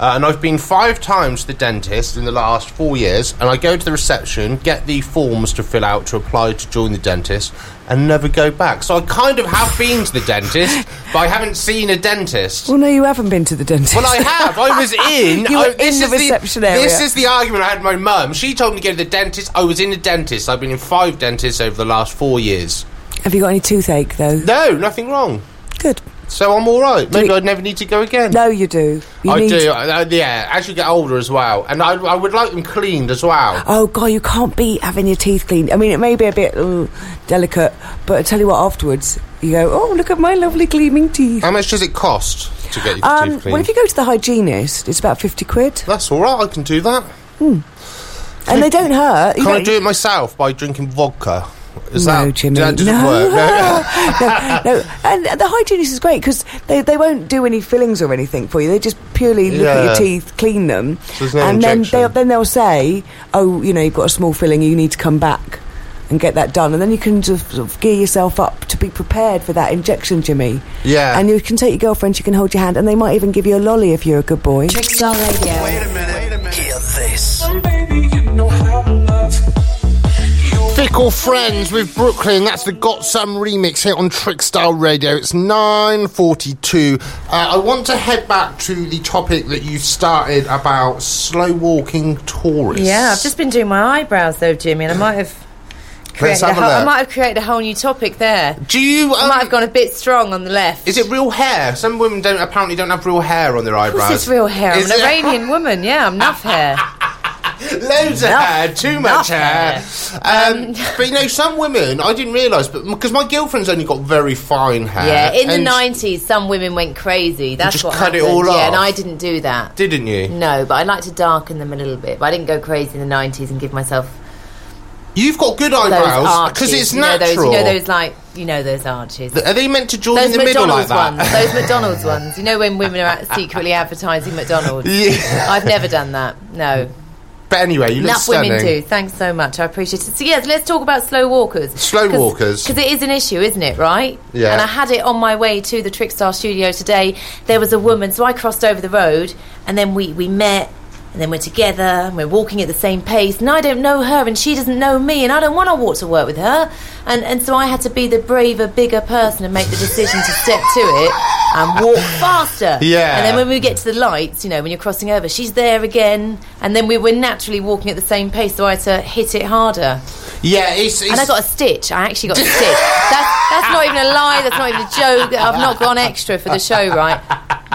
Speaker 1: Uh, and I've been five times to the dentist in the last four years, and I go to the reception, get the forms to fill out to apply to join the dentist, and never go back. So I kind of have been to the dentist, but I haven't seen a dentist.
Speaker 5: Well, no, you haven't been to the dentist.
Speaker 1: Well, I have. I was in.
Speaker 5: You
Speaker 1: I-
Speaker 5: were in the reception area.
Speaker 1: This is the argument I had with my mum. She told me to go to the dentist. I was in the dentist. I've been in five dentists over the last four years.
Speaker 5: Have you got any toothache, though?
Speaker 1: No, nothing wrong.
Speaker 5: Good.
Speaker 1: So I'm all right. Maybe
Speaker 5: we-
Speaker 1: I'd never need to go again.
Speaker 5: No, you do. You
Speaker 1: I
Speaker 5: need
Speaker 1: do. I- I- yeah, as you get older as well, and I, I would like them cleaned as well.
Speaker 5: Oh god, you can't beat having your teeth cleaned. I mean, it may be a bit mm, delicate, but I tell you what, afterwards you go, oh look at my lovely gleaming teeth.
Speaker 1: How much does it cost to get your
Speaker 5: Um,
Speaker 1: teeth cleaned?
Speaker 5: well, if you go to the hygienist, it's about fifty quid,
Speaker 1: That's all right. I can do that.
Speaker 5: and they don't hurt. You
Speaker 1: Can I
Speaker 5: don't-
Speaker 1: do it myself by drinking vodka? Is
Speaker 5: no,
Speaker 1: that,
Speaker 5: Jimmy.
Speaker 1: That doesn't
Speaker 5: no.
Speaker 1: work. No.
Speaker 5: no, no. And the hygienist is great because they, they won't do any fillings or anything for you. They just purely look at
Speaker 1: Yeah.
Speaker 5: your teeth, clean them,
Speaker 1: there's no
Speaker 5: and then
Speaker 1: injection.
Speaker 5: they'll, then they'll say, "Oh, you know, you've got a small filling. You need to come back and get that done." And then you can just sort of gear yourself up to be prepared for that injection, Jimmy.
Speaker 1: Yeah.
Speaker 5: And you can take your girlfriend. She can hold your hand, and they might even give you a lolly if you're a good boy.
Speaker 2: Trickstar Radio.
Speaker 7: Hear this.
Speaker 1: Fickle Friends with Brooklyn. That's the Got Some remix here on Trickstyle Radio. It's 9.42. Uh, I want to head back to the topic that you started about slow walking tourists.
Speaker 4: Yeah, I've just been doing my eyebrows though, Jimmy, and I might have
Speaker 1: Let's
Speaker 4: created a
Speaker 1: have a
Speaker 4: whole, I
Speaker 1: look.
Speaker 4: might have created a whole new topic there.
Speaker 1: Do you...
Speaker 4: I
Speaker 1: Um,
Speaker 4: might have gone a bit strong on the left.
Speaker 1: Is it real hair? Some women don't apparently don't have real hair on their
Speaker 4: Of
Speaker 1: eyebrows.
Speaker 4: course it's real hair. I'm
Speaker 1: Is
Speaker 4: an
Speaker 1: it-
Speaker 4: Iranian woman. Yeah, I'm enough hair.
Speaker 1: Loads of hair, too much
Speaker 4: enough
Speaker 1: hair. Um, but you know, some women I didn't realise, but because my girlfriend's only got very fine hair.
Speaker 4: Yeah, in the
Speaker 1: and-
Speaker 4: nineties, some women went crazy. That's
Speaker 1: just
Speaker 4: what
Speaker 1: cut it
Speaker 4: happened.
Speaker 1: all
Speaker 4: Yeah, and
Speaker 1: off.
Speaker 4: I didn't do that.
Speaker 1: Didn't you?
Speaker 4: no, but I like to darken them a little bit. But I didn't go crazy in the nineties and give myself
Speaker 1: You've got good
Speaker 4: those
Speaker 1: eyebrows
Speaker 4: arches.
Speaker 1: because it's
Speaker 4: you know
Speaker 1: natural.
Speaker 4: those, you know those like you know those arches.
Speaker 1: Are they meant to join
Speaker 4: those
Speaker 1: in the middle like
Speaker 4: McDonald's
Speaker 1: that?
Speaker 4: ones. Those McDonald's ones. You know when women are at- secretly advertising McDonald's.
Speaker 1: Yeah.
Speaker 4: I've never done that. No.
Speaker 1: But anyway, you look
Speaker 4: Enough
Speaker 1: stunning.
Speaker 4: women do. Thanks so much. I appreciate it. So yes, let's talk about slow walkers.
Speaker 1: Slow walkers.
Speaker 4: because it is an issue, isn't it? Right?
Speaker 1: Yeah.
Speaker 4: And I had it on my way to the Trickstar studio today. There was a woman, so I crossed over the road, and then we we met. And then we're together, and we're walking at the same pace, and I don't know her, and she doesn't know me, and I don't want to walk to work with her, and and so I had to be the braver, bigger person and make the decision to step to it and walk faster.
Speaker 1: Yeah.
Speaker 4: And then when we get to the lights, you know, when you're crossing over, she's there again, and then we were naturally walking at the same pace, so I had to hit it harder.
Speaker 1: Yeah, it's, it's
Speaker 4: And I got a stitch. I actually got a stitch. That's, that's not even a lie. That's not even a joke. I've not gone extra for the show, right?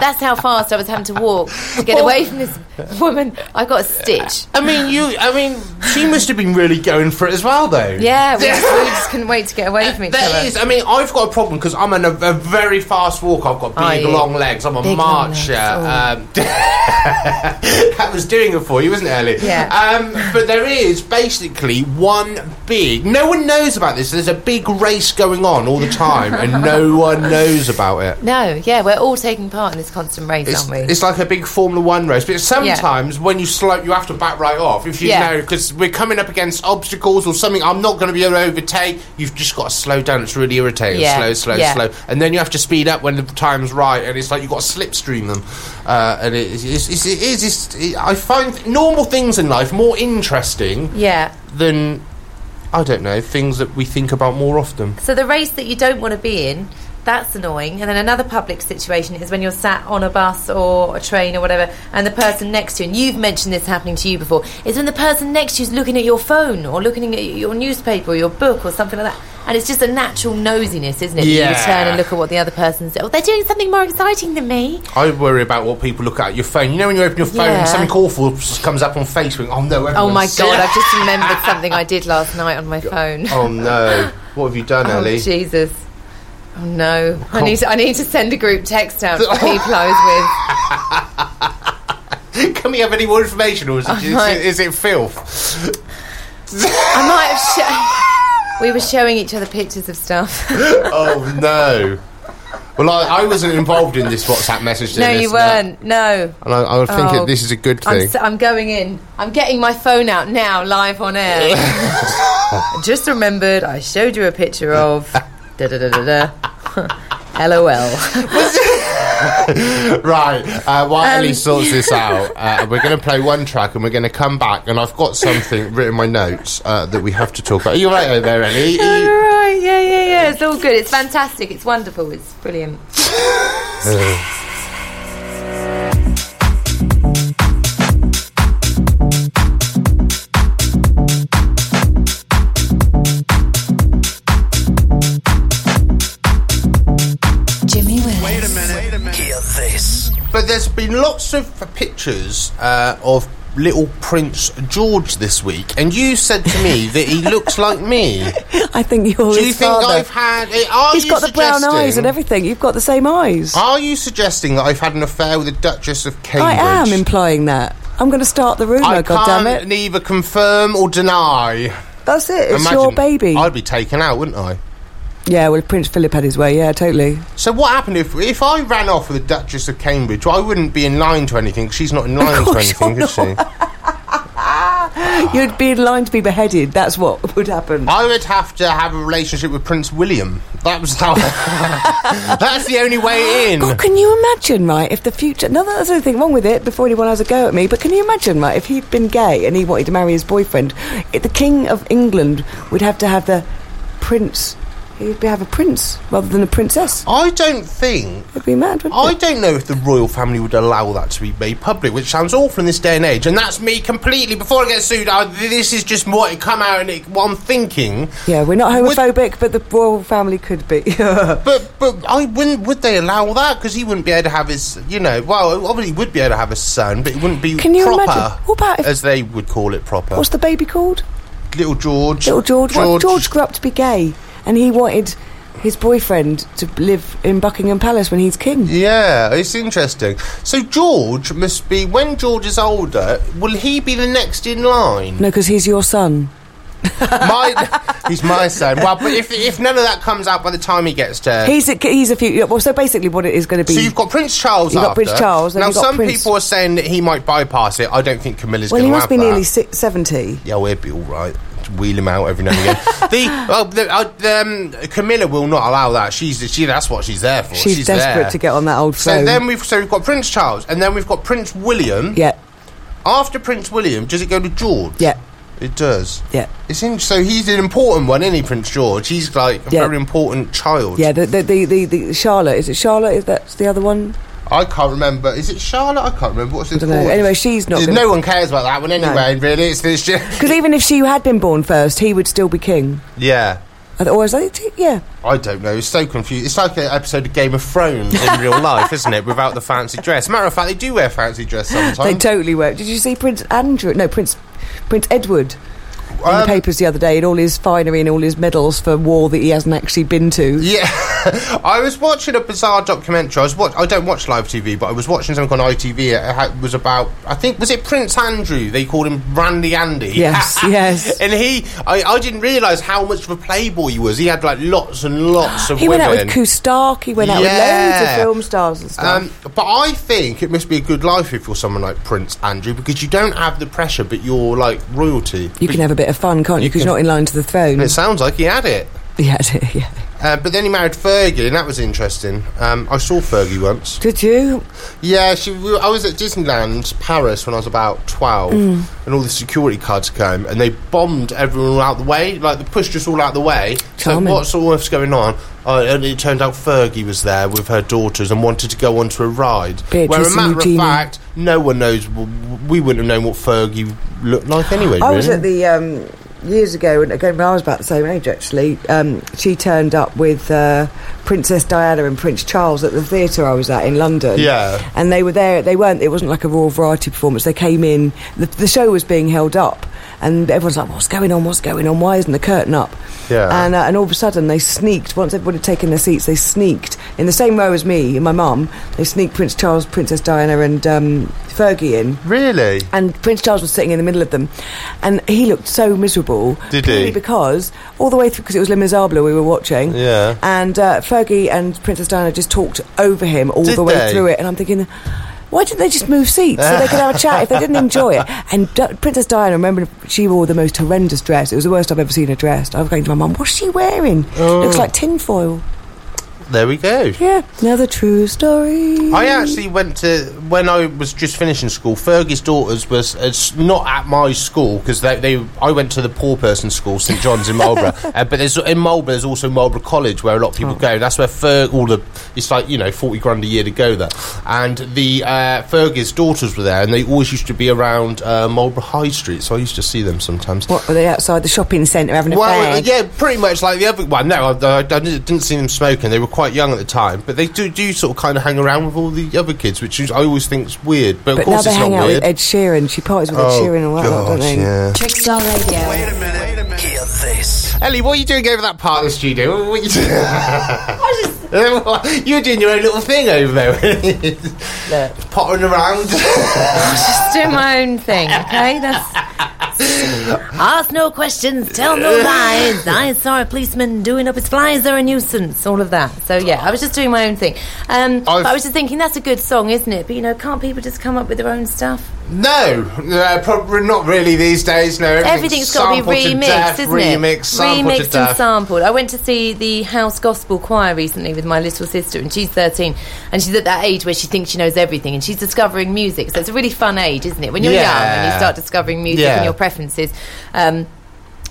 Speaker 4: That's how fast I was having to walk to get away from this woman. I got a stitch.
Speaker 1: I mean, you. I mean, she must have been really going for it as well, though.
Speaker 4: Yeah, we just, we just couldn't wait to get away from each
Speaker 1: That
Speaker 4: other.
Speaker 1: is, I mean, I've got a problem because I'm an, a, a very fast walker. I've got
Speaker 4: Are
Speaker 1: big,
Speaker 4: you?
Speaker 1: long legs. I'm a
Speaker 4: Big, long
Speaker 1: marcher.
Speaker 4: legs, Oh.
Speaker 1: Um, that was doing it for you, wasn't it, Ellie?
Speaker 4: Yeah.
Speaker 1: Um, but there is basically one big. No one knows about this. There's a big race going on all the time, and no one knows about it.
Speaker 4: No, yeah, we're all taking part in this constant race,
Speaker 1: It's,
Speaker 4: aren't we?
Speaker 1: it's like a big Formula One race, but sometimes when you slow, you have to back right off. If you
Speaker 4: Yeah.
Speaker 1: know, because we're coming up against obstacles or something, I'm not going to be able to overtake. You've just got to slow down. It's really irritating.
Speaker 4: Yeah,
Speaker 1: Slow, slow,
Speaker 4: yeah.
Speaker 1: slow, and then you have to speed up when the time's right, and it's like you've got to slipstream them. Uh, and it, it's, it's, it is. It's, it, I find normal things in life more interesting
Speaker 4: yeah.
Speaker 1: than I don't know things that we think about more often.
Speaker 4: So the race that you don't want to be in That's annoying. And then another public situation is when you're sat on a bus or a train or whatever, and the person next to you, and you've mentioned this happening to you before, is when the person next to you is looking at your phone or looking at your newspaper or your book or something like that. And it's just a natural nosiness, isn't it? You
Speaker 1: Yeah.
Speaker 4: turn and look at what the other person's. Oh, they're doing something more exciting than me.
Speaker 1: I worry about what people look at your phone. You know when you open your phone
Speaker 4: Yeah.
Speaker 1: and something awful s- comes up on Facebook. Oh no!
Speaker 4: Oh my
Speaker 1: everyone's-
Speaker 4: god! I've just remembered something I did last night on my phone.
Speaker 1: Oh no! What have you done,
Speaker 4: Oh,
Speaker 1: Ellie?
Speaker 4: Jesus. Oh no. I
Speaker 1: Can't-
Speaker 4: need to I need to send a group text out to the people I
Speaker 1: Can we have any more information, or is it,
Speaker 4: know.
Speaker 1: is it, is it filth?
Speaker 4: was with. I might have sho- We were showing each other pictures of stuff.
Speaker 1: oh no! Well, I, I wasn't involved in this WhatsApp message. to
Speaker 4: no,
Speaker 1: the
Speaker 4: you
Speaker 1: listener.
Speaker 4: weren't. No.
Speaker 1: And I, I would think
Speaker 4: Oh.
Speaker 1: that this is a good
Speaker 4: I'm,
Speaker 1: thing.
Speaker 4: s am going in. I'm getting my phone out now, live on air. I just remembered I showed you a picture of da da da da da. LOL.
Speaker 1: right, uh, while
Speaker 4: Um,
Speaker 1: Ellie sorts this out, uh, we're going to play one track and we're going to come back. And I've got something written in my notes uh, that we have to talk about. Are you right over there, Ellie? Are
Speaker 4: All
Speaker 1: you-
Speaker 4: right, yeah, yeah, yeah. It's all good. It's fantastic. It's wonderful. It's brilliant.
Speaker 2: Jimmy Willis.
Speaker 7: Hear this.
Speaker 1: But there's been lots of uh, pictures uh, of little Prince George this week, and you said to me that he looks like me.
Speaker 5: I think you're
Speaker 1: Do
Speaker 5: his
Speaker 1: you think
Speaker 5: father.
Speaker 1: I've had? Are
Speaker 5: He's
Speaker 1: you
Speaker 5: got the brown
Speaker 1: suggesting-
Speaker 5: eyes and everything. You've got the same eyes.
Speaker 1: Are you suggesting that I've had an affair with the Duchess of
Speaker 5: I
Speaker 1: Cambridge?
Speaker 5: am implying that. I'm going to start the rumour.
Speaker 1: I
Speaker 5: God damn
Speaker 1: can't
Speaker 5: it!
Speaker 1: neither confirm or deny.
Speaker 5: That's it. It's
Speaker 1: Imagine
Speaker 5: your baby.
Speaker 1: I'd be taken out, wouldn't I?
Speaker 5: yeah, well, Prince Philip had his way. Yeah, totally.
Speaker 1: So what happened if if I ran off with the Duchess of Cambridge? Well, I wouldn't be in line to anything. 'cause She's not in line to
Speaker 5: course
Speaker 1: anything,
Speaker 5: you're
Speaker 1: is she? Ah.
Speaker 5: You'd be in line to be beheaded. That's what would happen.
Speaker 1: I would have to have a relationship with Prince William. That was how. that's the only way in.
Speaker 5: God, Oh, can you imagine, right, if the future... No, there's anything wrong with it before anyone has a go at me, but can you imagine, right, if he'd been gay and he wanted to marry his boyfriend, it, the King of England would have to have the prince... He'd be- have a prince rather than a princess.
Speaker 1: I don't think.
Speaker 5: It'd be mad, wouldn't
Speaker 1: I
Speaker 5: it?
Speaker 1: don't know if the royal family would allow that to be made public, which sounds awful in this day and age. And that's me completely. Before I get sued, I, this is just what it come out and it, what I'm thinking.
Speaker 5: Yeah, we're not
Speaker 1: Would-
Speaker 5: homophobic, but the royal family could be.
Speaker 1: But but I wouldn't. Would they allow that? Because he wouldn't be able to have his. You know. Well, obviously he would be able to have a son, but it wouldn't be
Speaker 5: Can you
Speaker 1: proper.
Speaker 5: imagine? What about if-
Speaker 1: as they would call it proper?
Speaker 5: What's the baby called?
Speaker 1: little George.
Speaker 5: Little George. What if
Speaker 1: George.
Speaker 5: George grew up to be gay, and he wanted his boyfriend to live in Buckingham Palace when he's king.
Speaker 1: Yeah, it's interesting. So George must be when George is older. Will he be the next in line?
Speaker 5: No, because he's your son.
Speaker 1: my, he's my son. Well, but if if none of that comes out by the time he gets to,
Speaker 5: He's a, he's a few. Well, so basically, what it is going to be.
Speaker 1: so you've got Prince Charles.
Speaker 5: You've got
Speaker 1: after.
Speaker 5: Prince Charles, then
Speaker 1: Now
Speaker 5: you've got
Speaker 1: some
Speaker 5: Prince-
Speaker 1: people are saying that he might bypass it. I don't think Camilla's
Speaker 5: well, he
Speaker 1: going to
Speaker 5: must
Speaker 1: have
Speaker 5: be
Speaker 1: that.
Speaker 5: nearly six, seventy.
Speaker 1: yeah, we'll be all right. Wheel him out every now and again. the, oh, the, uh, the, um, Camilla will not allow that. She's she. That's what she's there for.
Speaker 5: She's, desperate
Speaker 1: there.
Speaker 5: to get on that old
Speaker 1: So
Speaker 5: phone.
Speaker 1: then we've so we've got Prince Charles, and then we've got Prince William.
Speaker 5: yeah,
Speaker 1: After Prince William, does it go to George?
Speaker 5: yeah,
Speaker 1: It does.
Speaker 5: yeah,
Speaker 1: It's in, so he's an important one, isn't he, Prince George? He's like a
Speaker 5: Yeah.
Speaker 1: very important child.
Speaker 5: yeah. The the, the the the Charlotte is it Charlotte? Is that the other one?
Speaker 1: I can't remember. Is it Charlotte? I can't remember. What's it
Speaker 5: don't
Speaker 1: called?
Speaker 5: know. Anyway, she's not
Speaker 1: There's
Speaker 5: gonna-
Speaker 1: No one cares about that one anyway, really. It's this.
Speaker 5: Because even if she had been born first, he would still be king.
Speaker 1: yeah.
Speaker 5: Or is that yeah?
Speaker 1: I don't know. It's so confused. It's like an episode of Game of Thrones in real life, isn't it? Without the fancy dress. Matter of fact, they do wear fancy dress sometimes.
Speaker 5: They totally work. Did you see Prince Andrew? No, Prince Prince Edward in
Speaker 1: Um,
Speaker 5: the papers the other day, in all his finery and all his medals for war that he hasn't actually been to.
Speaker 1: Yeah, I was watching a bizarre documentary. I was watch- I don't watch live TV, but I was watching something on ITV. It ha- was about I think was it Prince Andrew? They called him Randy Andy.
Speaker 5: Yes, yes.
Speaker 1: And he, I, I didn't realise how much of a playboy he was. He had like lots and lots of
Speaker 5: He went
Speaker 1: women.
Speaker 5: out with Kustak. He went out with loads
Speaker 1: Yeah.
Speaker 5: of film stars and stuff.
Speaker 1: Um, but I think it must be a good life if you're someone like Prince Andrew because you don't have the pressure, but you're like royalty.
Speaker 5: you can have a bit of fun, can't you? Because
Speaker 1: can-
Speaker 5: you're not in line to the throne.
Speaker 1: And it sounds like he had it.
Speaker 5: Yeah, yeah.
Speaker 1: Uh, but then he married Fergie, and that was interesting. Um, I saw Fergie once.
Speaker 5: Did you?
Speaker 1: Yeah, she. we- I was at Disneyland Paris when I was about twelve,
Speaker 5: Mm.
Speaker 1: and all the security guards came and they bombed everyone out the way, like they pushed us all out the way.
Speaker 5: Charming.
Speaker 1: So what's all this going on? Uh, and it turned out Fergie was there with her daughters and wanted to go onto a ride.
Speaker 5: Beatrice
Speaker 1: Where, a
Speaker 5: and
Speaker 1: matter
Speaker 5: Eugenie.
Speaker 1: of fact, no one knows. w- w- We wouldn't have known what Fergie looked like anyway.
Speaker 5: I was
Speaker 1: really.
Speaker 5: at the um, years ago, and again when I was about the same age actually. Um, she turned up with uh, Princess Diana and Prince Charles at the theatre I was at in London.
Speaker 1: Yeah.
Speaker 5: and they were there. They weren't. It wasn't like a royal variety performance. They came in. The, the show was being held up, and everyone's like, "What's going on? What's going on? Why isn't the curtain up?"
Speaker 1: Yeah.
Speaker 5: And uh, and all of a sudden they sneaked. Once everybody had taken their seats, they sneaked in the same row as me and my mum. They sneaked Prince Charles, Princess Diana, and um, Fergie in
Speaker 1: really.
Speaker 5: and Prince Charles was sitting in the middle of them, and he looked so miserable.
Speaker 1: Did
Speaker 5: purely
Speaker 1: he?
Speaker 5: Because all the way through, because it was Les Miserables we were watching.
Speaker 1: Yeah.
Speaker 5: And uh, Fergie and Princess Diana just talked over him all
Speaker 1: Did
Speaker 5: the way
Speaker 1: they?
Speaker 5: through it, and I'm thinking. Why didn't they just move seats so they could have a chat if they didn't enjoy it? And D- Princess Diana, I remember she wore the most horrendous dress. It was the worst I've ever seen her dressed. I was going to my mum, what's she wearing?
Speaker 1: Oh.
Speaker 5: Looks like tinfoil.
Speaker 1: There we go.
Speaker 5: Yeah, another true story.
Speaker 1: I actually went to when I was just finishing school. Fergie's daughters was it's not at my school because they, they I went to the poor person school, St John's in Marlborough. uh, but there's in Marlborough there's also Marlborough College where a lot of people go. That's where Fer, all the it's like you know forty grand a year to go there. And the uh, Fergie's daughters were there, and they always used to be around uh, Marlborough High Street. So I used to see them sometimes.
Speaker 5: What, were they outside the shopping centre having a
Speaker 1: Well,
Speaker 5: fag?
Speaker 1: yeah, pretty much like the other one. No, I, I didn't didn't see them smoking. They were quite young at the time, but they do do sort of kind of hang around with all the other kids, which is, I always think's weird. But, of
Speaker 5: But now
Speaker 1: course,
Speaker 5: they
Speaker 1: it's
Speaker 5: hang
Speaker 1: not
Speaker 5: out
Speaker 1: weird. Oh,
Speaker 5: with Ed Sheeran. She parties with Ed Sheeran and all that, lot, don't they?
Speaker 1: yeah.
Speaker 2: Trickstar Radio.
Speaker 7: Wait a minute. Wait a minute. Hear this.
Speaker 1: Ellie, what are you doing over that part of the studio? What are you doing? You're doing your own little thing over there, pottering around.
Speaker 4: Just do my own thing, okay? That's. Ask no questions, tell no lies. I saw a policeman doing up his flies, they're a nuisance, all of that. So, yeah, I was just doing my own thing. Um, but I was just thinking, that's a good song, isn't it? But, you know, can't people just come up with their own stuff?
Speaker 1: no, no, probably not really these days. No,
Speaker 4: Everything's got to be
Speaker 1: sampled
Speaker 4: remixed,
Speaker 1: death,
Speaker 4: isn't
Speaker 1: remixed,
Speaker 4: it?
Speaker 1: sampled to
Speaker 4: remixed and
Speaker 1: death.
Speaker 4: sampled. I went to see the House Gospel Choir recently with my little sister, and she's 13, and she's at that age where she thinks she knows everything, and she's discovering music. So it's a really fun age, isn't it? When you're
Speaker 1: Yeah.
Speaker 4: young and you start discovering music
Speaker 1: Yeah.
Speaker 4: and your preferences. Um,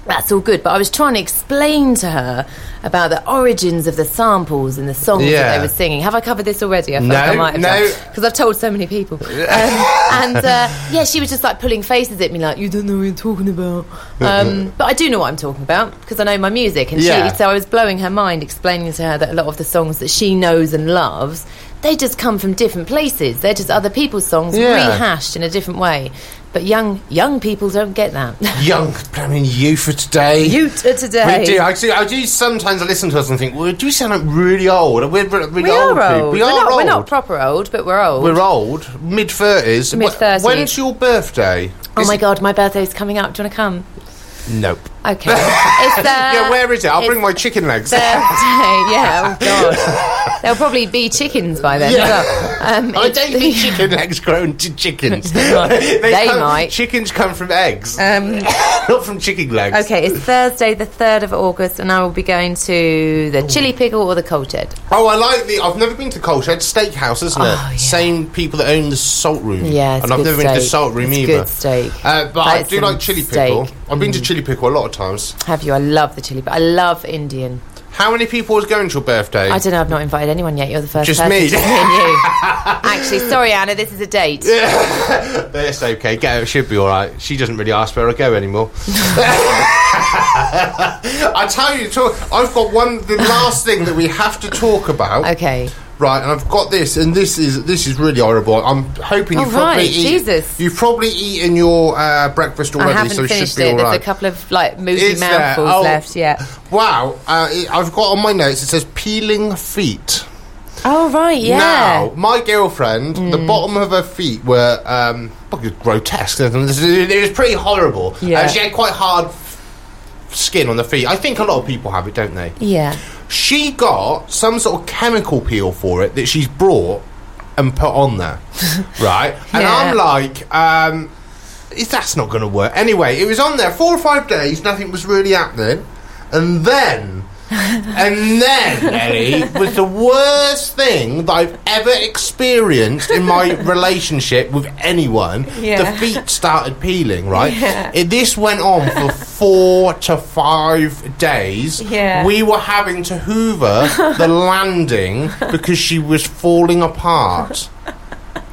Speaker 4: that's all good, but I was trying to explain to her about the origins of the samples and the songs that
Speaker 1: Yeah.
Speaker 4: they were singing. Have I covered this already? I feel
Speaker 1: No,
Speaker 4: like I might have
Speaker 1: no.
Speaker 4: done because I've told so many people. Um, and uh, yeah, she was just like pulling faces at me, like you don't know what you're talking about. Um, but I do know what I'm talking about because I know my music, and
Speaker 1: Uh-huh. Yeah.
Speaker 4: she. So I was blowing her mind, explaining to her that a lot of the songs that she knows and loves, they just come from different places. They're just other people's songs
Speaker 1: Yeah.
Speaker 4: rehashed in a different way. But young young people don't get that.
Speaker 1: Young, I mean, you for today.
Speaker 4: you t- today.
Speaker 1: We do. I do. I do sometimes listen to us and think, well, do we sound like really old? We're re- really
Speaker 4: We
Speaker 1: old.
Speaker 4: are
Speaker 1: people.
Speaker 4: old.
Speaker 1: We
Speaker 4: are
Speaker 1: are
Speaker 4: not,
Speaker 1: old.
Speaker 4: We're not proper old, but we're old.
Speaker 1: We're old. Mid thirties.
Speaker 4: Mid-thirties.
Speaker 1: When's your birthday?
Speaker 4: oh
Speaker 1: Is
Speaker 4: my
Speaker 1: it-
Speaker 4: god, my birthday's coming up. Do you want to come?
Speaker 1: Nope.
Speaker 4: Okay. it's, uh,
Speaker 1: yeah, where is it? I'll
Speaker 4: it's
Speaker 1: bring my chicken legs.
Speaker 4: Thursday. Yeah. Oh god. There'll probably be chickens by then.
Speaker 1: Yeah.
Speaker 4: as well. Um,
Speaker 1: I
Speaker 4: it's
Speaker 1: don't
Speaker 4: the-
Speaker 1: think chicken legs grow into chickens.
Speaker 4: They
Speaker 1: come-
Speaker 4: might.
Speaker 1: Chickens come from eggs,
Speaker 4: Um,
Speaker 1: not from chicken legs.
Speaker 4: okay, it's Thursday, the third of August, and I will be going to the Chili Pickle or the Colted.
Speaker 1: Oh, I like the. I've never been to Colchester Steakhouse, isn't it?
Speaker 4: Oh, yeah.
Speaker 1: Same people that own the Salt Room.
Speaker 4: Yeah, it's
Speaker 1: and I've
Speaker 4: good
Speaker 1: never been to the
Speaker 4: steak.
Speaker 1: Salt Room
Speaker 4: It's
Speaker 1: either.
Speaker 4: good steak.
Speaker 1: Uh, but
Speaker 4: That
Speaker 1: I
Speaker 4: is
Speaker 1: do
Speaker 4: some
Speaker 1: like chili
Speaker 4: steak. Mm.
Speaker 1: pickle. I've been to chili pickle a lot of times.
Speaker 4: Have you? I love the chili. But I love Indian.
Speaker 1: How many people was going to your birthday?
Speaker 4: I don't know. I've not invited anyone yet. You're the first.
Speaker 1: Just
Speaker 4: person,
Speaker 1: me.
Speaker 4: Just me and you. Actually, sorry, Anna. This is a date.
Speaker 1: But it's okay. Get her, it should be all right. She doesn't really ask where I go anymore. I tell you, talk, I've got one. The last thing that we have to talk about.
Speaker 4: Okay.
Speaker 1: Right, and I've got this, and this is this is really horrible. I'm hoping
Speaker 4: Oh,
Speaker 1: you've probably
Speaker 4: right,
Speaker 1: eat-
Speaker 4: Jesus.
Speaker 1: you've probably eaten your uh, breakfast already,
Speaker 4: I haven't
Speaker 1: so it
Speaker 4: finished
Speaker 1: should be
Speaker 4: it.
Speaker 1: all
Speaker 4: There's
Speaker 1: right.
Speaker 4: a couple of like moody
Speaker 1: Is there?
Speaker 4: mouthfuls
Speaker 1: Oh.
Speaker 4: left. Yeah.
Speaker 1: wow, uh, it- I've got on my notes. It says peeling feet.
Speaker 4: Oh right. Yeah. Mm.
Speaker 1: Now, my girlfriend, the bottom of her feet were um, fucking grotesque. It was it was pretty horrible.
Speaker 4: Yeah.
Speaker 1: Uh, she had quite hard f- skin on the feet. I think a lot of people have it, don't they?
Speaker 4: Yeah.
Speaker 1: She got some sort of chemical peel for it that she's brought and put on there, right? And
Speaker 4: Yeah.
Speaker 1: I'm like, um, is- that's not going to work. Anyway, it was on there four or five days. Nothing was really happening, and then And then, Ellie, was the worst thing that I've ever experienced in my relationship with anyone.
Speaker 4: Yeah.
Speaker 1: The feet started peeling, right? It, this went on for four to five days.
Speaker 4: Yeah.
Speaker 1: We were having to hoover the landing because she was falling apart.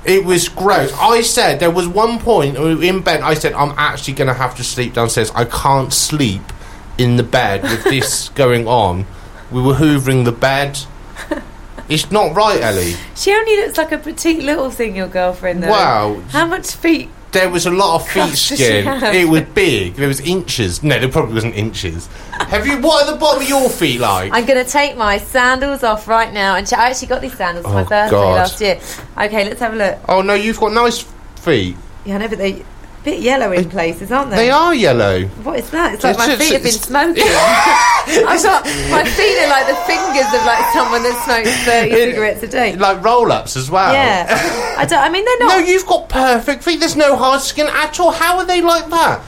Speaker 1: It was gross. I said there was one point in bed. I said I'm actually going to have to sleep downstairs. I can't sleep in the bed with this going on. We were hoovering the bed. It's not right, Ellie.
Speaker 4: She only looks like a petite little thing, your girlfriend, though.
Speaker 1: Wow,
Speaker 4: How much feet?
Speaker 1: there was a lot of feet
Speaker 4: Gosh, does she
Speaker 1: skin.
Speaker 4: have-
Speaker 1: It was big. There was inches. No, there probably wasn't inches. Have you? What are the bottom of your feet like?
Speaker 4: I'm going to take my sandals off right now. And ch- I actually got these sandals for
Speaker 1: Oh,
Speaker 4: my birthday
Speaker 1: God.
Speaker 4: last year. Okay, let's have a look.
Speaker 1: oh no, you've got nice feet.
Speaker 4: Yeah, I know, but they're a bit yellow in places, aren't they?
Speaker 1: Uh, They are yellow.
Speaker 4: What is that? It's like
Speaker 1: It's-
Speaker 4: my
Speaker 1: it's-
Speaker 4: feet have been
Speaker 1: it's-
Speaker 4: smoking. I've got, my feet are like the fingers of like someone that smokes 30
Speaker 1: It-
Speaker 4: cigarettes a day.
Speaker 1: Like roll ups as well.
Speaker 4: yeah. I, don't, I mean, they're
Speaker 1: No,
Speaker 4: not.
Speaker 1: you've got perfect feet. There's no hard skin at all. How are they like that?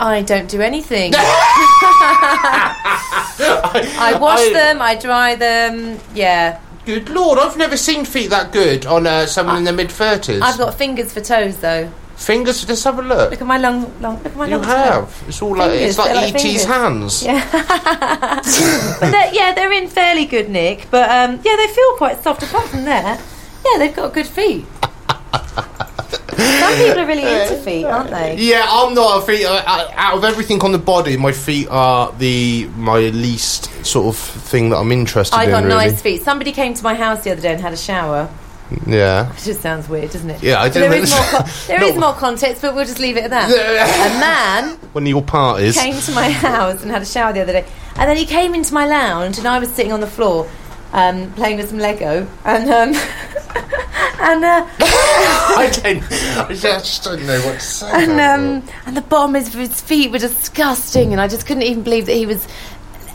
Speaker 4: I don't do anything. I wash
Speaker 1: I-
Speaker 4: them, I dry them. Yeah.
Speaker 1: Good lord, I've never seen feet that good on uh, someone in their mid thirties.
Speaker 4: I've got fingers for toes, though.
Speaker 1: fingers. Just have a look.
Speaker 4: Look at my long, long. Look at my
Speaker 1: you
Speaker 4: long.
Speaker 1: have. It's all like
Speaker 4: Fingers,
Speaker 1: it's like
Speaker 4: they're like
Speaker 1: ET's
Speaker 4: fingers.
Speaker 1: hands.
Speaker 4: But they're, yeah, they're in fairly good nick. But um, yeah, they feel quite soft. Apart from that, yeah, they've got good feet. Some people are really into feet, aren't they?
Speaker 1: Yeah, I'm not a feet. Uh, uh, out of everything on the body, my feet are the my least sort of thing that I'm interested
Speaker 4: I
Speaker 1: in.
Speaker 4: got
Speaker 1: really.
Speaker 4: nice feet. Somebody came to my house the other day and had a shower.
Speaker 1: Yeah.
Speaker 4: It just sounds weird, doesn't it?
Speaker 1: Yeah, I
Speaker 4: So
Speaker 1: didn't
Speaker 4: There is more,
Speaker 1: really-
Speaker 4: con- there is
Speaker 1: No.
Speaker 4: more context, but we'll just leave it at that. a man
Speaker 1: One of your parties.
Speaker 4: came to my house and had a shower the other day. And then he came into my lounge, and I was sitting on the floor um, playing with some Lego. And um, and uh,
Speaker 1: I don't. I just don't know what to say.
Speaker 4: and
Speaker 1: about it.
Speaker 4: um, and the bottoms of his feet were disgusting, and I just couldn't even believe that he was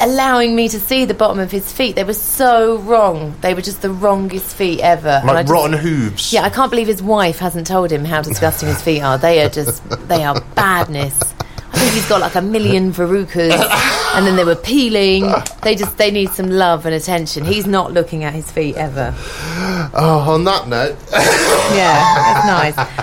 Speaker 4: allowing me to see the bottom of his feet. They were so wrong. They were just the wrongest feet ever. And I
Speaker 1: like
Speaker 4: just-
Speaker 1: rotten hooves.
Speaker 4: Yeah, I can't believe his wife hasn't told him how disgusting his feet are. They are just, they are badness. I think he's got like a million verrucas, and then they were peeling. They just, they need some love and attention. He's not looking at his feet ever.
Speaker 1: Oh, on that note,
Speaker 4: Yeah, that's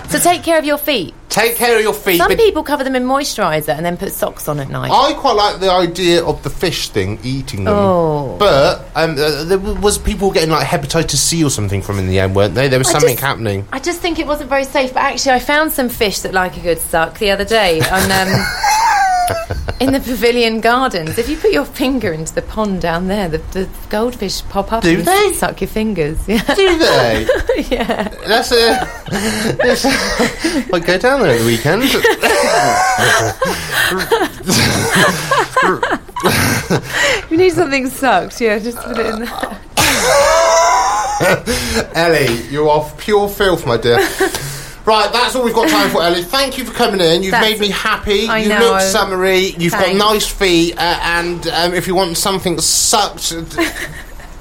Speaker 4: nice. So take care of your feet.
Speaker 1: take care of your feet.
Speaker 4: Some
Speaker 1: but
Speaker 4: people cover them in moisturiser and then put socks on at night.
Speaker 1: I quite like the idea of the fish thing eating them.
Speaker 4: Oh.
Speaker 1: But um, uh, there w- was people getting like hepatitis C or something from in the end, weren't they? There was
Speaker 4: I
Speaker 1: something
Speaker 4: just-
Speaker 1: happening.
Speaker 4: I just think it wasn't very safe, but actually, I found some fish that like a good suck the other day on, um, in the Pavilion Gardens. If you put your finger into the pond down there, the, the goldfish pop up
Speaker 1: Do
Speaker 4: and
Speaker 1: they?
Speaker 4: suck your fingers. Yeah.
Speaker 1: Do they?
Speaker 4: yeah.
Speaker 1: That's a. That's a- I go down there at the weekend.
Speaker 4: You need something sucked. Yeah, just put it in there.
Speaker 1: Ellie, you are pure filth, my dear. Right, that's all we've got time for, Ellie. Thank you for coming in. You've
Speaker 4: That's-
Speaker 1: made me happy.
Speaker 4: I
Speaker 1: you
Speaker 4: know.
Speaker 1: look summery. You've
Speaker 4: Thanks.
Speaker 1: got nice feet. Uh, and um, if you want something sucked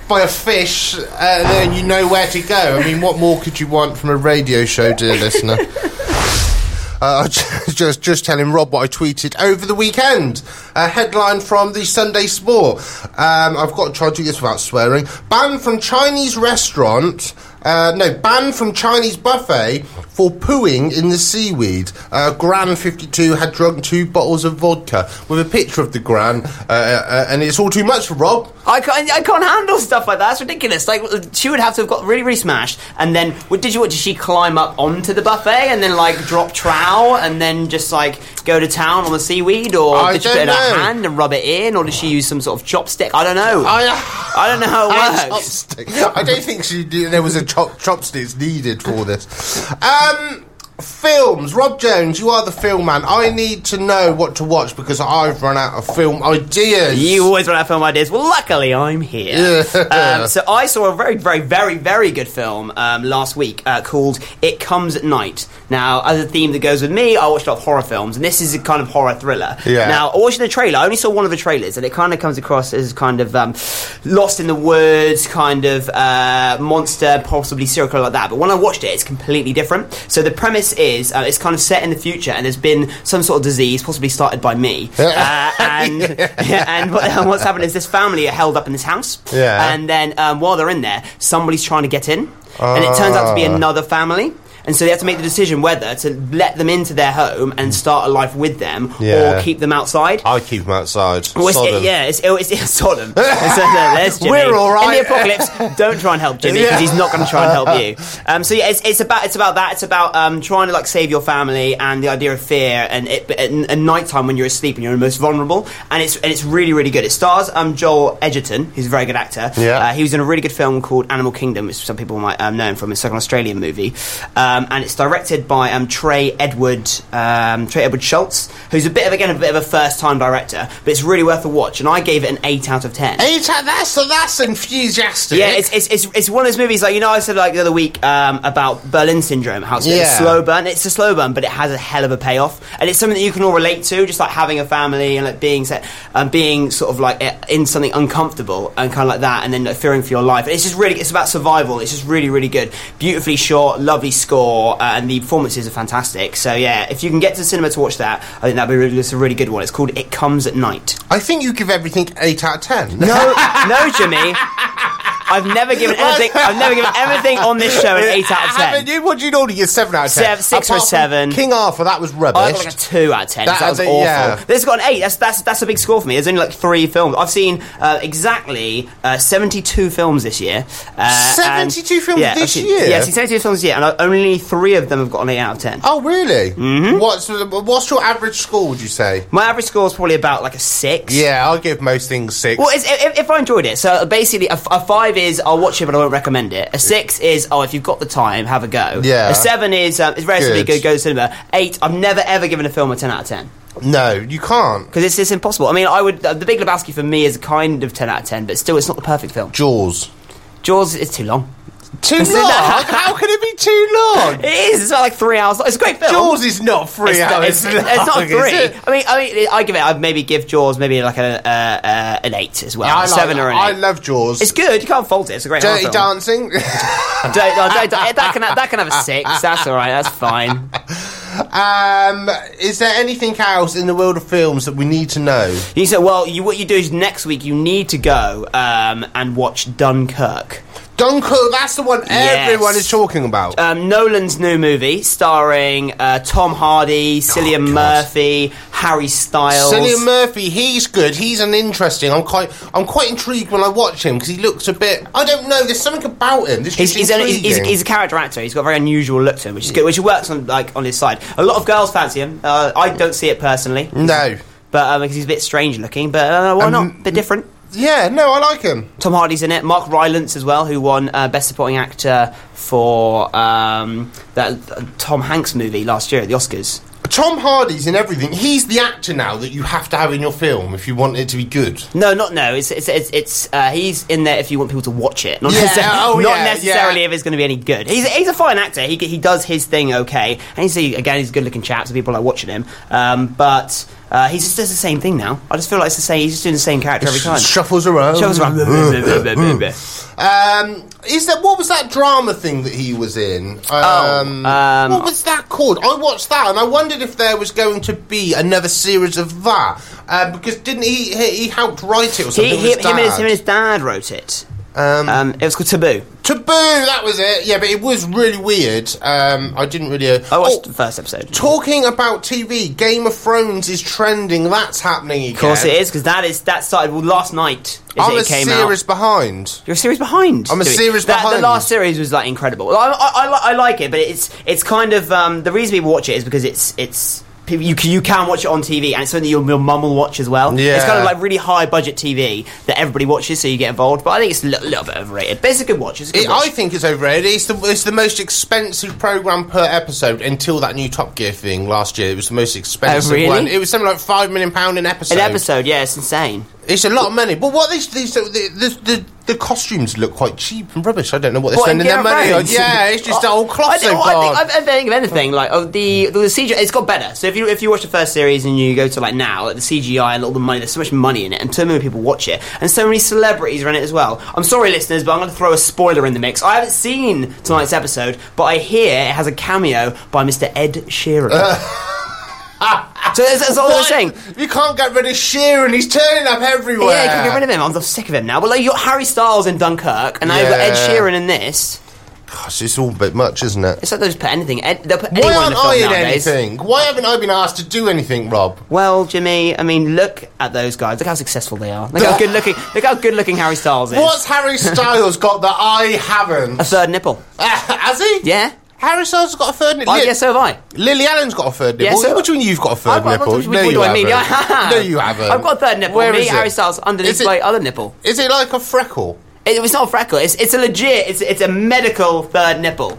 Speaker 1: by a fish, uh, then you know where to go. I mean, what more could you want from a radio show, dear listener? Uh, I ju- just just telling Rob what I tweeted over the weekend. A headline from the Sunday Sport. Um, I've got to try to do this without swearing. Banned from Chinese restaurant. Uh, no, banned from Chinese buffet for pooing in the seaweed. Uh, Gran 52 had drunk two bottles of vodka with a picture of the Gran, uh, uh, and it's all too much for Rob.
Speaker 6: I can't, I can't handle stuff like that. That's ridiculous. Like she would have to have got really, really smashed, and then what did you? What did she climb up onto the buffet and then like drop trowel and then just like go to town on the seaweed, or
Speaker 1: I
Speaker 6: did she
Speaker 1: don't
Speaker 6: put it in her
Speaker 1: know.
Speaker 6: hand and rub it in, or did she use some sort of chopstick? I don't know. I,
Speaker 1: I,
Speaker 6: don't know how it works.
Speaker 1: Chopstick. I don't think she knew there was a chop, chopsticks needed for this. Um, films. Rob Jones, you are the film man. I need to know what to watch because I've run out of film ideas.
Speaker 6: You always run out of film ideas. Well, luckily I'm here. um, so I saw a very, very, very, very good film um, last week uh, called "It Comes at Night." Now, as a theme that goes with me, I watch a lot of horror films, and this is a kind of horror thriller.
Speaker 1: Yeah.
Speaker 6: Now, I watched the trailer. I only saw one of the trailers, and it kind of comes across as kind of um, lost in the woods, kind of uh, monster, possibly serial killer like that. But when I watched it, it's completely different. So the premise this is uh, it's kind of set in the future, and there's been some sort of disease, possibly started by me. uh, and yeah, and what, what's happened is this family are held up in this house.
Speaker 1: Yeah.
Speaker 6: And then um, while they're in there, somebody's trying to get in, and it turns out to be
Speaker 1: Ah.
Speaker 6: another family. And so they have to make the decision whether to let them into their home and start a life with them,
Speaker 1: Yeah.
Speaker 6: or keep them outside.
Speaker 1: I keep them outside.
Speaker 6: Well, it's,
Speaker 1: Sodom.
Speaker 6: yeah, it's, oh, it's, it's Sodom. It's, uh, there's Jimmy.
Speaker 1: We're all right.
Speaker 6: In the apocalypse, don't try and help Jimmy because he's not going to try and help you. Um, so yeah, it's, it's about it's about that. It's about um, trying to like save your family and the idea of fear and it but at, at nighttime when you're asleep and you're most vulnerable. And it's and it's really really good. It stars um, Joel Edgerton, who's a very good actor.
Speaker 1: Yeah.
Speaker 6: Uh, he was in a really good film called Animal Kingdom, which some people might um, know him from. It's like an Australian movie, um, and it's directed by um, Trey Edward um, Trey Edward Schultz, who's a bit of again a bit of a first time director, but it's really worth a watch. And I gave it an eight out of ten.
Speaker 1: Hey, ta- that's that's enthusiastic.
Speaker 6: Yeah, it's, it's, it's, it's one of those movies like you know I said like the other week um, about Berlin Syndrome how it's
Speaker 1: Yeah.
Speaker 6: a slow burn. It's a slow burn, but it has a hell of a payoff, and it's something that you can all relate to, just like having a family and like being set, um, being sort of like eh, in something uncomfortable and kind of like that, and then like, fearing for your life. It's just really it's about survival. It's just really really good, beautifully short, lovely score, uh, and the performances are fantastic. So yeah, if you can get to the cinema to watch that, I think that'd be really, it's a really good one. It's called It Comes at Night.
Speaker 1: I think you give everything eight out of ten. No,
Speaker 6: No, Jimmy. I've never given anything. I've never given anything on this show an eight out of ten.
Speaker 1: Haven't you? What do you normally get? Seven out of ten.
Speaker 6: Sev- six or
Speaker 1: Apart from
Speaker 6: seven.
Speaker 1: King Arthur, that was rubbish.
Speaker 6: I got like a two out of ten. 'cause
Speaker 1: That-
Speaker 6: That, was
Speaker 1: that-
Speaker 6: awful.
Speaker 1: yeah.
Speaker 6: This has got an eight. That's that's that's a big score for me. There's only like three films. I've seen uh, exactly uh, seventy-two films this year. Uh,
Speaker 1: 72 films
Speaker 6: yeah, I've
Speaker 1: this
Speaker 6: seen-
Speaker 1: year?
Speaker 6: Yeah, I've seen seventy-two films this year, and uh, only three of them have got an eight out of ten.
Speaker 1: Oh, really? Mm-hmm. What's what's your average score? Would you say?
Speaker 6: My average score is probably about like a six.
Speaker 1: Yeah, I'll give most things six.
Speaker 6: Well, it's, if, if I enjoyed it, so basically, a, f- a five is I'll watch it, but I won't recommend it. A six is oh, if you've got the time, have a go.
Speaker 1: Yeah.
Speaker 6: A seven is um, it's relatively
Speaker 1: Good.
Speaker 6: good. Go to cinema. Eight, I've never ever given a film a ten out of ten
Speaker 1: no, you can't.
Speaker 6: because it's it's impossible. I mean, I would uh, the Big Lebowski for me is a kind of ten out of ten, but still, it's not the perfect film.
Speaker 1: Jaws.
Speaker 6: Jaws is too long.
Speaker 1: Too long? How can it be too long?
Speaker 6: It is. It's about like three hours. long. It's a great film.
Speaker 1: Oh. Jaws is not three
Speaker 6: it's,
Speaker 1: hours.
Speaker 6: it's-
Speaker 1: long,
Speaker 6: it's not
Speaker 1: is
Speaker 6: three.
Speaker 1: it?
Speaker 6: I mean, I mean, I give it. I'd maybe give Jaws maybe like a uh, uh, an eight as well,
Speaker 1: I like-
Speaker 6: seven or an eight.
Speaker 1: I love Jaws.
Speaker 6: it's good. You can't fault it. It's a great horror
Speaker 1: Dirty
Speaker 6: film.
Speaker 1: Dancing.
Speaker 6: Don't- no, don't- don't- that can have, that can have a six. That's all right. That's fine.
Speaker 1: um, is there anything else in the world of films that we need to know?
Speaker 6: You said, well, you, what you do is next week you need to go um, and watch Dunkirk,
Speaker 1: Dunkirk. That's the one
Speaker 6: Yes.
Speaker 1: everyone is talking about.
Speaker 6: um, Nolan's new movie starring uh, Tom Hardy, Cillian
Speaker 1: Oh, God.
Speaker 6: Murphy, Harry Styles.
Speaker 1: Cillian Murphy, he's good. He's an interesting. I'm quite, I'm quite intrigued when I watch him because he looks a bit. I don't know. There's something about him. This
Speaker 6: He's,
Speaker 1: is
Speaker 6: he's, a, he's, he's- he's a character actor. He's got a very unusual look to him, which is good, which works on like on his side. A lot of girls fancy him. Uh, I don't see it personally.
Speaker 1: No.
Speaker 6: but um, because he's a bit strange looking. But uh, why not? bit different.
Speaker 1: yeah, no, I like him.
Speaker 6: Tom Hardy's in it. Mark Rylance as well, who won uh, Best Supporting Actor for um, that uh, Tom Hanks movie last year at the Oscars.
Speaker 1: Tom Hardy's in everything. He's the actor now that you have to have in your film if you want it to be good.
Speaker 6: No, not no. It's it's it's, it's uh, he's in there if you want people to watch it. Not,
Speaker 1: Yeah,
Speaker 6: necessarily,
Speaker 1: oh,
Speaker 6: not
Speaker 1: yeah,
Speaker 6: necessarily
Speaker 1: yeah.
Speaker 6: if it's going to be any good. He's he's a fine actor. He he does his thing okay, and he's a- again he's a good looking chap, so people like watching him. Um, but uh, he just does the same thing now. I just feel like it's the same. He's just doing the same character every time.
Speaker 1: Shuffles around.
Speaker 6: Shuffles around.
Speaker 1: Um, is that what was that drama thing that he was in? Um,
Speaker 6: um,
Speaker 1: what was that called? I watched that and I wondered if there was going to be another series of that uh, because didn't he, he he helped write it or something?
Speaker 6: He,
Speaker 1: with
Speaker 6: he,
Speaker 1: his
Speaker 6: him, and his,
Speaker 1: dad?
Speaker 6: him and his dad wrote it.
Speaker 1: Um,
Speaker 6: Um, it was called Taboo.
Speaker 1: Taboo, that was it. Yeah, but it was really weird. Um, I didn't really. Uh,
Speaker 6: I watched
Speaker 1: oh,
Speaker 6: the first episode.
Speaker 1: talking about TV, Game of Thrones is trending. That's happening again.
Speaker 6: Of course it is because that is that started well, last night. Is
Speaker 1: I'm
Speaker 6: it,
Speaker 1: a
Speaker 6: it came
Speaker 1: series
Speaker 6: out.
Speaker 1: behind.
Speaker 6: You're a series behind.
Speaker 1: I'm a
Speaker 6: Dewey.
Speaker 1: series
Speaker 6: That-
Speaker 1: behind.
Speaker 6: The last series was like incredible. Well, I, I, I, li- I like it, but it's it's kind of um, the reason people watch it is because it's it's. people- You, c- you can watch it on TV, and it's something your, your mum will watch as well.
Speaker 1: Yeah.
Speaker 6: It's kind of like really high budget TV that everybody watches, so you get involved. But I think it's a little, little bit overrated. But it's a good watch. It's a good
Speaker 1: It,
Speaker 6: watch.
Speaker 1: I think it's overrated. It's the, it's the most expensive program per episode until that new Top Gear thing last year. It was the most expensive
Speaker 6: Oh, really?
Speaker 1: one. It was something like five million pound an episode.
Speaker 6: An episode, yeah, it's insane.
Speaker 1: It's a lot of money. But what these these the the, the, the costumes look quite cheap and rubbish. I don't know what they're
Speaker 6: What, in
Speaker 1: spending their
Speaker 6: Game of
Speaker 1: money on.
Speaker 6: Thrones?
Speaker 1: Yeah, it's just
Speaker 6: I-
Speaker 1: old
Speaker 6: I,
Speaker 1: clothes
Speaker 6: don't-
Speaker 1: they've
Speaker 6: I think,
Speaker 1: got.
Speaker 6: I, I think of anything like of the the CGI. It's got better. So if you if you watch the first series and you go to like now like the CGI and all the money, there's so much money in it, and so many people watch it, and so many celebrities are in it as well. I'm sorry, listeners, but I'm going to throw a spoiler in the mix. I haven't seen tonight's episode, but I hear it has a cameo by Mr. Ed Sheeran. so that's, that's all I'm
Speaker 1: What?
Speaker 6: saying.
Speaker 1: You can't get rid of Sheeran. He's turning up everywhere.
Speaker 6: Yeah, you can get rid of him. I'm so sick of him now. But like, you got Harry Styles in Dunkirk, and now you've got Ed
Speaker 1: Yeah.
Speaker 6: Sheeran in this.
Speaker 1: Gosh, it's all a bit much, isn't it?
Speaker 6: It's like they'll just put anything. Ed, they'll put
Speaker 1: Why
Speaker 6: anyone in
Speaker 1: aren't
Speaker 6: the
Speaker 1: I
Speaker 6: film
Speaker 1: in
Speaker 6: nowadays.
Speaker 1: anything? Why haven't I been asked to do anything, Rob?
Speaker 6: Well, Jimmy, I mean, look at those guys. Look how successful they are. Look how good looking. Look how good looking Harry Styles is.
Speaker 1: What's Harry Styles got that I haven't?
Speaker 6: A third nipple.
Speaker 1: Has he?
Speaker 6: Yeah.
Speaker 1: Harry Styles has got a third nipple.
Speaker 6: Oh, yeah, so have I.
Speaker 1: Lily Allen's got a third
Speaker 6: Yeah,
Speaker 1: nipple.
Speaker 6: so-
Speaker 1: what do you mean you've got a 3rd
Speaker 6: I've got- I've
Speaker 1: nipple?
Speaker 6: got- what do I mean? Yeah.
Speaker 1: no, you haven't.
Speaker 6: I've got a third nipple.
Speaker 1: Where
Speaker 6: Me,
Speaker 1: is it?
Speaker 6: Harry Styles underneath
Speaker 1: Is it-
Speaker 6: my other nipple.
Speaker 1: Is it like a freckle?
Speaker 6: It, it's not a freckle. It's, it's a legit. It's it's a medical third nipple.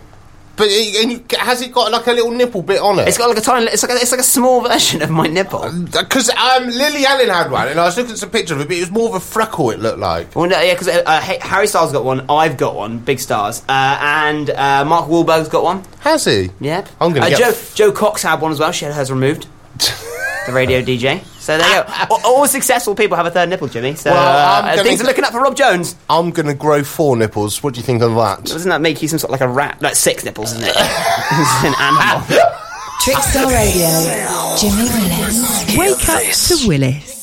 Speaker 1: But it, and you, has it got like a little nipple bit on it?
Speaker 6: It's got like a tiny. It's like a, it's like a small version of my nipple.
Speaker 1: because um, Lily Allen had one, and I was looking at some pictures of it, but it was more of a freckle. It looked like.
Speaker 6: Well, no, yeah, because uh, uh, Ha- Harry Styles got one. I've got one. Big stars. Uh, and uh, Mark Wahlberg's got one.
Speaker 1: Has he?
Speaker 6: Yep.
Speaker 1: I'm gonna
Speaker 6: uh,
Speaker 1: get.
Speaker 6: Joe, Joe Cox had one as well. She had hers removed. the radio DJ. So there you go. All, all successful people have a third nipple, Jimmy. So
Speaker 1: Well,
Speaker 6: uh,
Speaker 1: I'm gonna-
Speaker 6: things are looking up for Rob Jones.
Speaker 1: I'm gonna grow four nipples. What do you think of that?
Speaker 6: Doesn't that make you some sort of like a rat? Like six nipples, isn't it? It's an animal.
Speaker 2: Trickstar Radio. Jimmy Willis.
Speaker 8: Wake up to Willis.